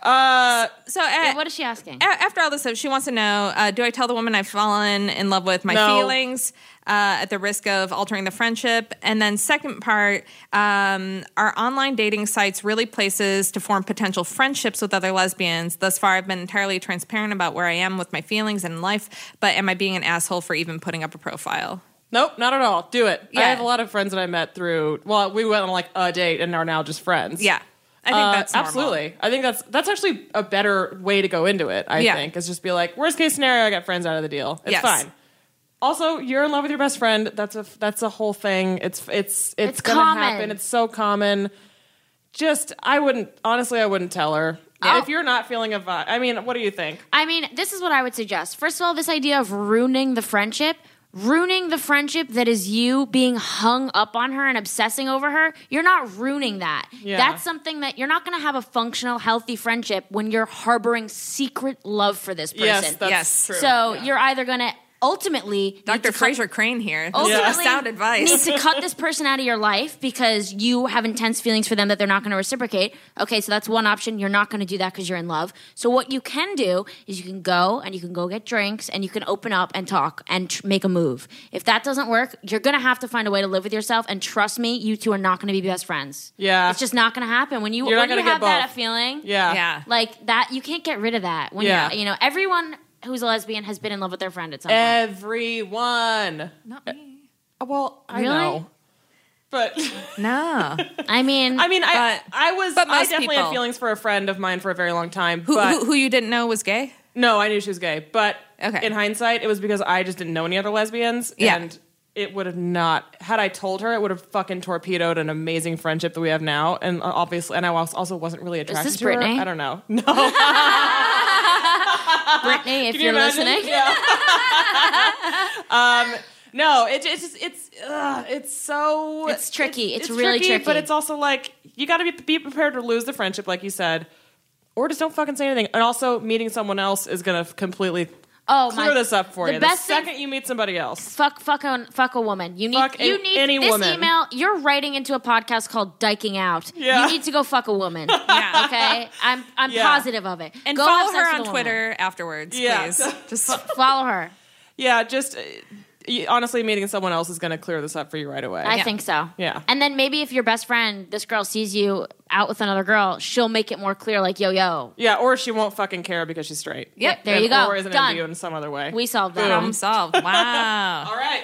Speaker 3: Uh,
Speaker 2: so uh,
Speaker 4: what is she asking?
Speaker 2: a- after all this, stuff, she wants to know: uh, Do I tell the woman I've fallen in love with my
Speaker 3: No.
Speaker 2: feelings uh, at the risk of altering the friendship? And then, second part: um, Are online dating sites really places to form potential friendships with other lesbians? Thus far, I've been entirely transparent about where I am with my feelings and life. But am I being an asshole for even putting up a profile?
Speaker 3: Nope, not at all. Do it.
Speaker 2: Yeah.
Speaker 3: I have a lot of friends that I met through. Well, we went on like a date and are now just friends.
Speaker 2: Yeah, I think
Speaker 3: Uh,
Speaker 2: that's normal.
Speaker 3: absolutely. I think that's that's actually a better way to go into it. I
Speaker 2: Yeah.
Speaker 3: think is just be like, worst case scenario, I got friends out of the deal. It's
Speaker 2: Yes.
Speaker 3: fine. Also, you're in love with your best friend. That's a that's a whole thing. It's it's it's,
Speaker 4: It's
Speaker 3: gonna
Speaker 4: common.
Speaker 3: happen. It's so common. Just I wouldn't honestly. I wouldn't tell her
Speaker 2: Oh.
Speaker 3: if you're not feeling a vibe. I mean, what do you think?
Speaker 4: I mean, this is what I would suggest. First of all, this idea of ruining the friendship, ruining the friendship that is you being hung up on her and obsessing over her, you're not ruining that.
Speaker 3: Yeah.
Speaker 4: That's something that you're not going to have a functional, healthy friendship when you're harboring secret love for this person.
Speaker 3: Yes, that's
Speaker 2: Yes.
Speaker 3: true.
Speaker 4: so you're either going to ultimately need
Speaker 2: Dr.
Speaker 4: to cut
Speaker 2: Fraser Crane here. This
Speaker 4: ultimately
Speaker 2: is sound advice.
Speaker 4: needs to cut this person out of your life because you have intense feelings for them that they're not going to reciprocate. Okay, so that's one option. You're not going to do that because you're in love. So what you can do is you can go and you can go get drinks and you can open up and talk and tr- make a move. If that doesn't work, you're going to have to find a way to live with yourself. And trust me, you two are not going to be best friends.
Speaker 3: Yeah.
Speaker 4: it's just not going to happen when you
Speaker 3: You're not
Speaker 4: when you
Speaker 3: gonna get
Speaker 4: have that
Speaker 3: both.
Speaker 4: feeling.
Speaker 3: Yeah.
Speaker 2: yeah.
Speaker 4: like that you can't get rid of that. When
Speaker 3: Yeah.
Speaker 4: you're, you know everyone. Who's a lesbian has been in love with their friend at some
Speaker 3: Eh,
Speaker 4: point.
Speaker 3: Everyone.
Speaker 2: Not me.
Speaker 3: Well, I
Speaker 4: Really?
Speaker 3: know. But
Speaker 2: No.
Speaker 4: I mean,
Speaker 3: I mean, I
Speaker 2: But-
Speaker 3: I was
Speaker 2: but
Speaker 3: I
Speaker 2: most
Speaker 3: definitely
Speaker 2: people-
Speaker 3: had feelings for a friend of mine for a very long time.
Speaker 2: Who,
Speaker 3: but
Speaker 2: who, who you didn't know was gay?
Speaker 3: no, I knew she was gay. But
Speaker 2: Okay.
Speaker 3: in hindsight, it was because I just didn't know any other lesbians.
Speaker 2: Yeah.
Speaker 3: And it would have not had I told her, it would have fucking torpedoed an amazing friendship that we have now. And obviously, and I was- also wasn't really attracted
Speaker 4: this
Speaker 3: to
Speaker 4: Britney?
Speaker 3: her. I don't know. No,
Speaker 4: Brittany, if
Speaker 3: Can you
Speaker 4: you're
Speaker 3: imagine?
Speaker 4: listening,
Speaker 3: Yeah. um, no, it, it's just it's uh, it's so
Speaker 4: It's tricky. It's really tricky.
Speaker 3: But it's also like you got to be be prepared to lose the friendship, like you said, or just don't fucking say anything. And also, meeting someone else is gonna completely
Speaker 4: oh
Speaker 3: clear
Speaker 4: my,
Speaker 3: this up for
Speaker 4: the
Speaker 3: you.
Speaker 4: Best
Speaker 3: the
Speaker 4: thing-
Speaker 3: second you meet somebody else,
Speaker 4: fuck, fuck a, fuck a woman. You need,
Speaker 3: Fuck
Speaker 4: you
Speaker 3: an-
Speaker 4: need
Speaker 3: any
Speaker 4: this
Speaker 3: woman.
Speaker 4: email. You're writing into a podcast called Diking Out.
Speaker 3: Yeah.
Speaker 4: You need to go fuck a woman.
Speaker 2: Yeah.
Speaker 4: Okay, I'm I'm
Speaker 3: Yeah.
Speaker 4: positive of it.
Speaker 2: And
Speaker 4: go have
Speaker 2: follow
Speaker 4: sex
Speaker 2: her
Speaker 4: with
Speaker 2: on
Speaker 4: a woman.
Speaker 2: Twitter afterwards,
Speaker 3: Yeah.
Speaker 2: please. Just
Speaker 4: Follow her.
Speaker 3: yeah, just uh, y- honestly, meeting someone else is gonna clear this up for you right away.
Speaker 4: I think so.
Speaker 3: Yeah.
Speaker 4: And then maybe if your best friend, this girl, sees you out with another girl, she'll make it more clear. Like, yo, yo,
Speaker 3: yeah, or she won't fucking care because she's straight.
Speaker 2: Yep,
Speaker 4: there
Speaker 3: And-
Speaker 4: you go.
Speaker 3: Or isn't
Speaker 4: Done.
Speaker 3: into you in some other way.
Speaker 4: we solved that.
Speaker 2: problem solved. Wow.
Speaker 3: All right.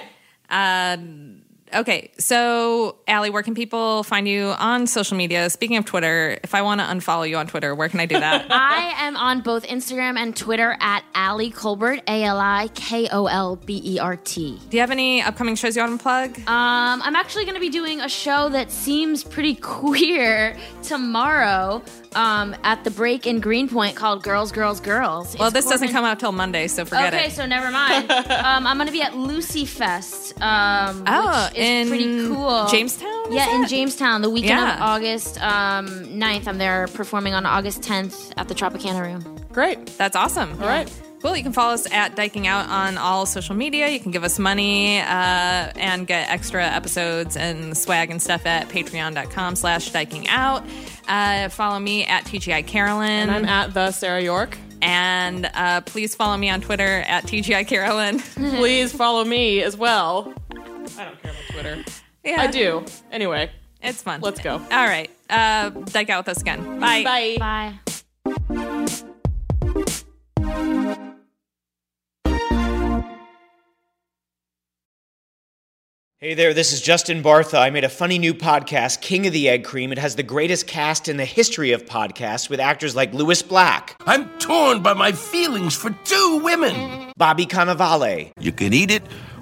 Speaker 2: Um, okay. So, Allie, where can people find you on social media? Speaking of Twitter, if I want to unfollow you on Twitter, where can I do that?
Speaker 4: I am on both Instagram and Twitter at Allie Colbert, A L I K O L B E R T.
Speaker 2: do you have any upcoming shows you want to plug?
Speaker 4: Um, I'm actually going to be doing a show that seems pretty queer tomorrow um, at the break in Greenpoint called Girls, Girls, Girls.
Speaker 2: well, this doesn't come out till Monday, so forget
Speaker 4: Okay,
Speaker 2: it.
Speaker 4: so never mind. um, I'm going to be at Lucy Fest, um,
Speaker 2: Oh,
Speaker 4: which is
Speaker 2: in
Speaker 4: pretty cool.
Speaker 2: Jamestown, is
Speaker 4: Yeah, in
Speaker 2: it?
Speaker 4: Jamestown, the weekend of
Speaker 2: Yeah.
Speaker 4: August um, 9th. I'm there performing on August 10th at the Tropicana Room.
Speaker 3: Great.
Speaker 2: That's awesome. All
Speaker 3: right.
Speaker 2: Cool. You can follow us at Diking Out on all social media. You can give us money uh, and get extra episodes and swag and stuff at patreon.com slash diking out. Uh, follow me at TGI Carolyn.
Speaker 3: And I'm at the Sarah York.
Speaker 2: And, uh, please follow me on Twitter at TGI Carolyn.
Speaker 3: Please follow me as well. I don't care about Twitter.
Speaker 2: yeah,
Speaker 3: I do. Anyway,
Speaker 2: It's fun.
Speaker 3: Let's go.
Speaker 2: All right. Uh, dike out with us again. Bye.
Speaker 3: bye.
Speaker 4: Bye.
Speaker 6: Hey there, this is Justin Bartha. I made a funny new podcast, King of the Egg Cream. It has the greatest cast in the history of podcasts with actors like Louis Black,
Speaker 7: I'm torn by my feelings for two women.
Speaker 6: Bobby Cannavale,
Speaker 7: You can eat it,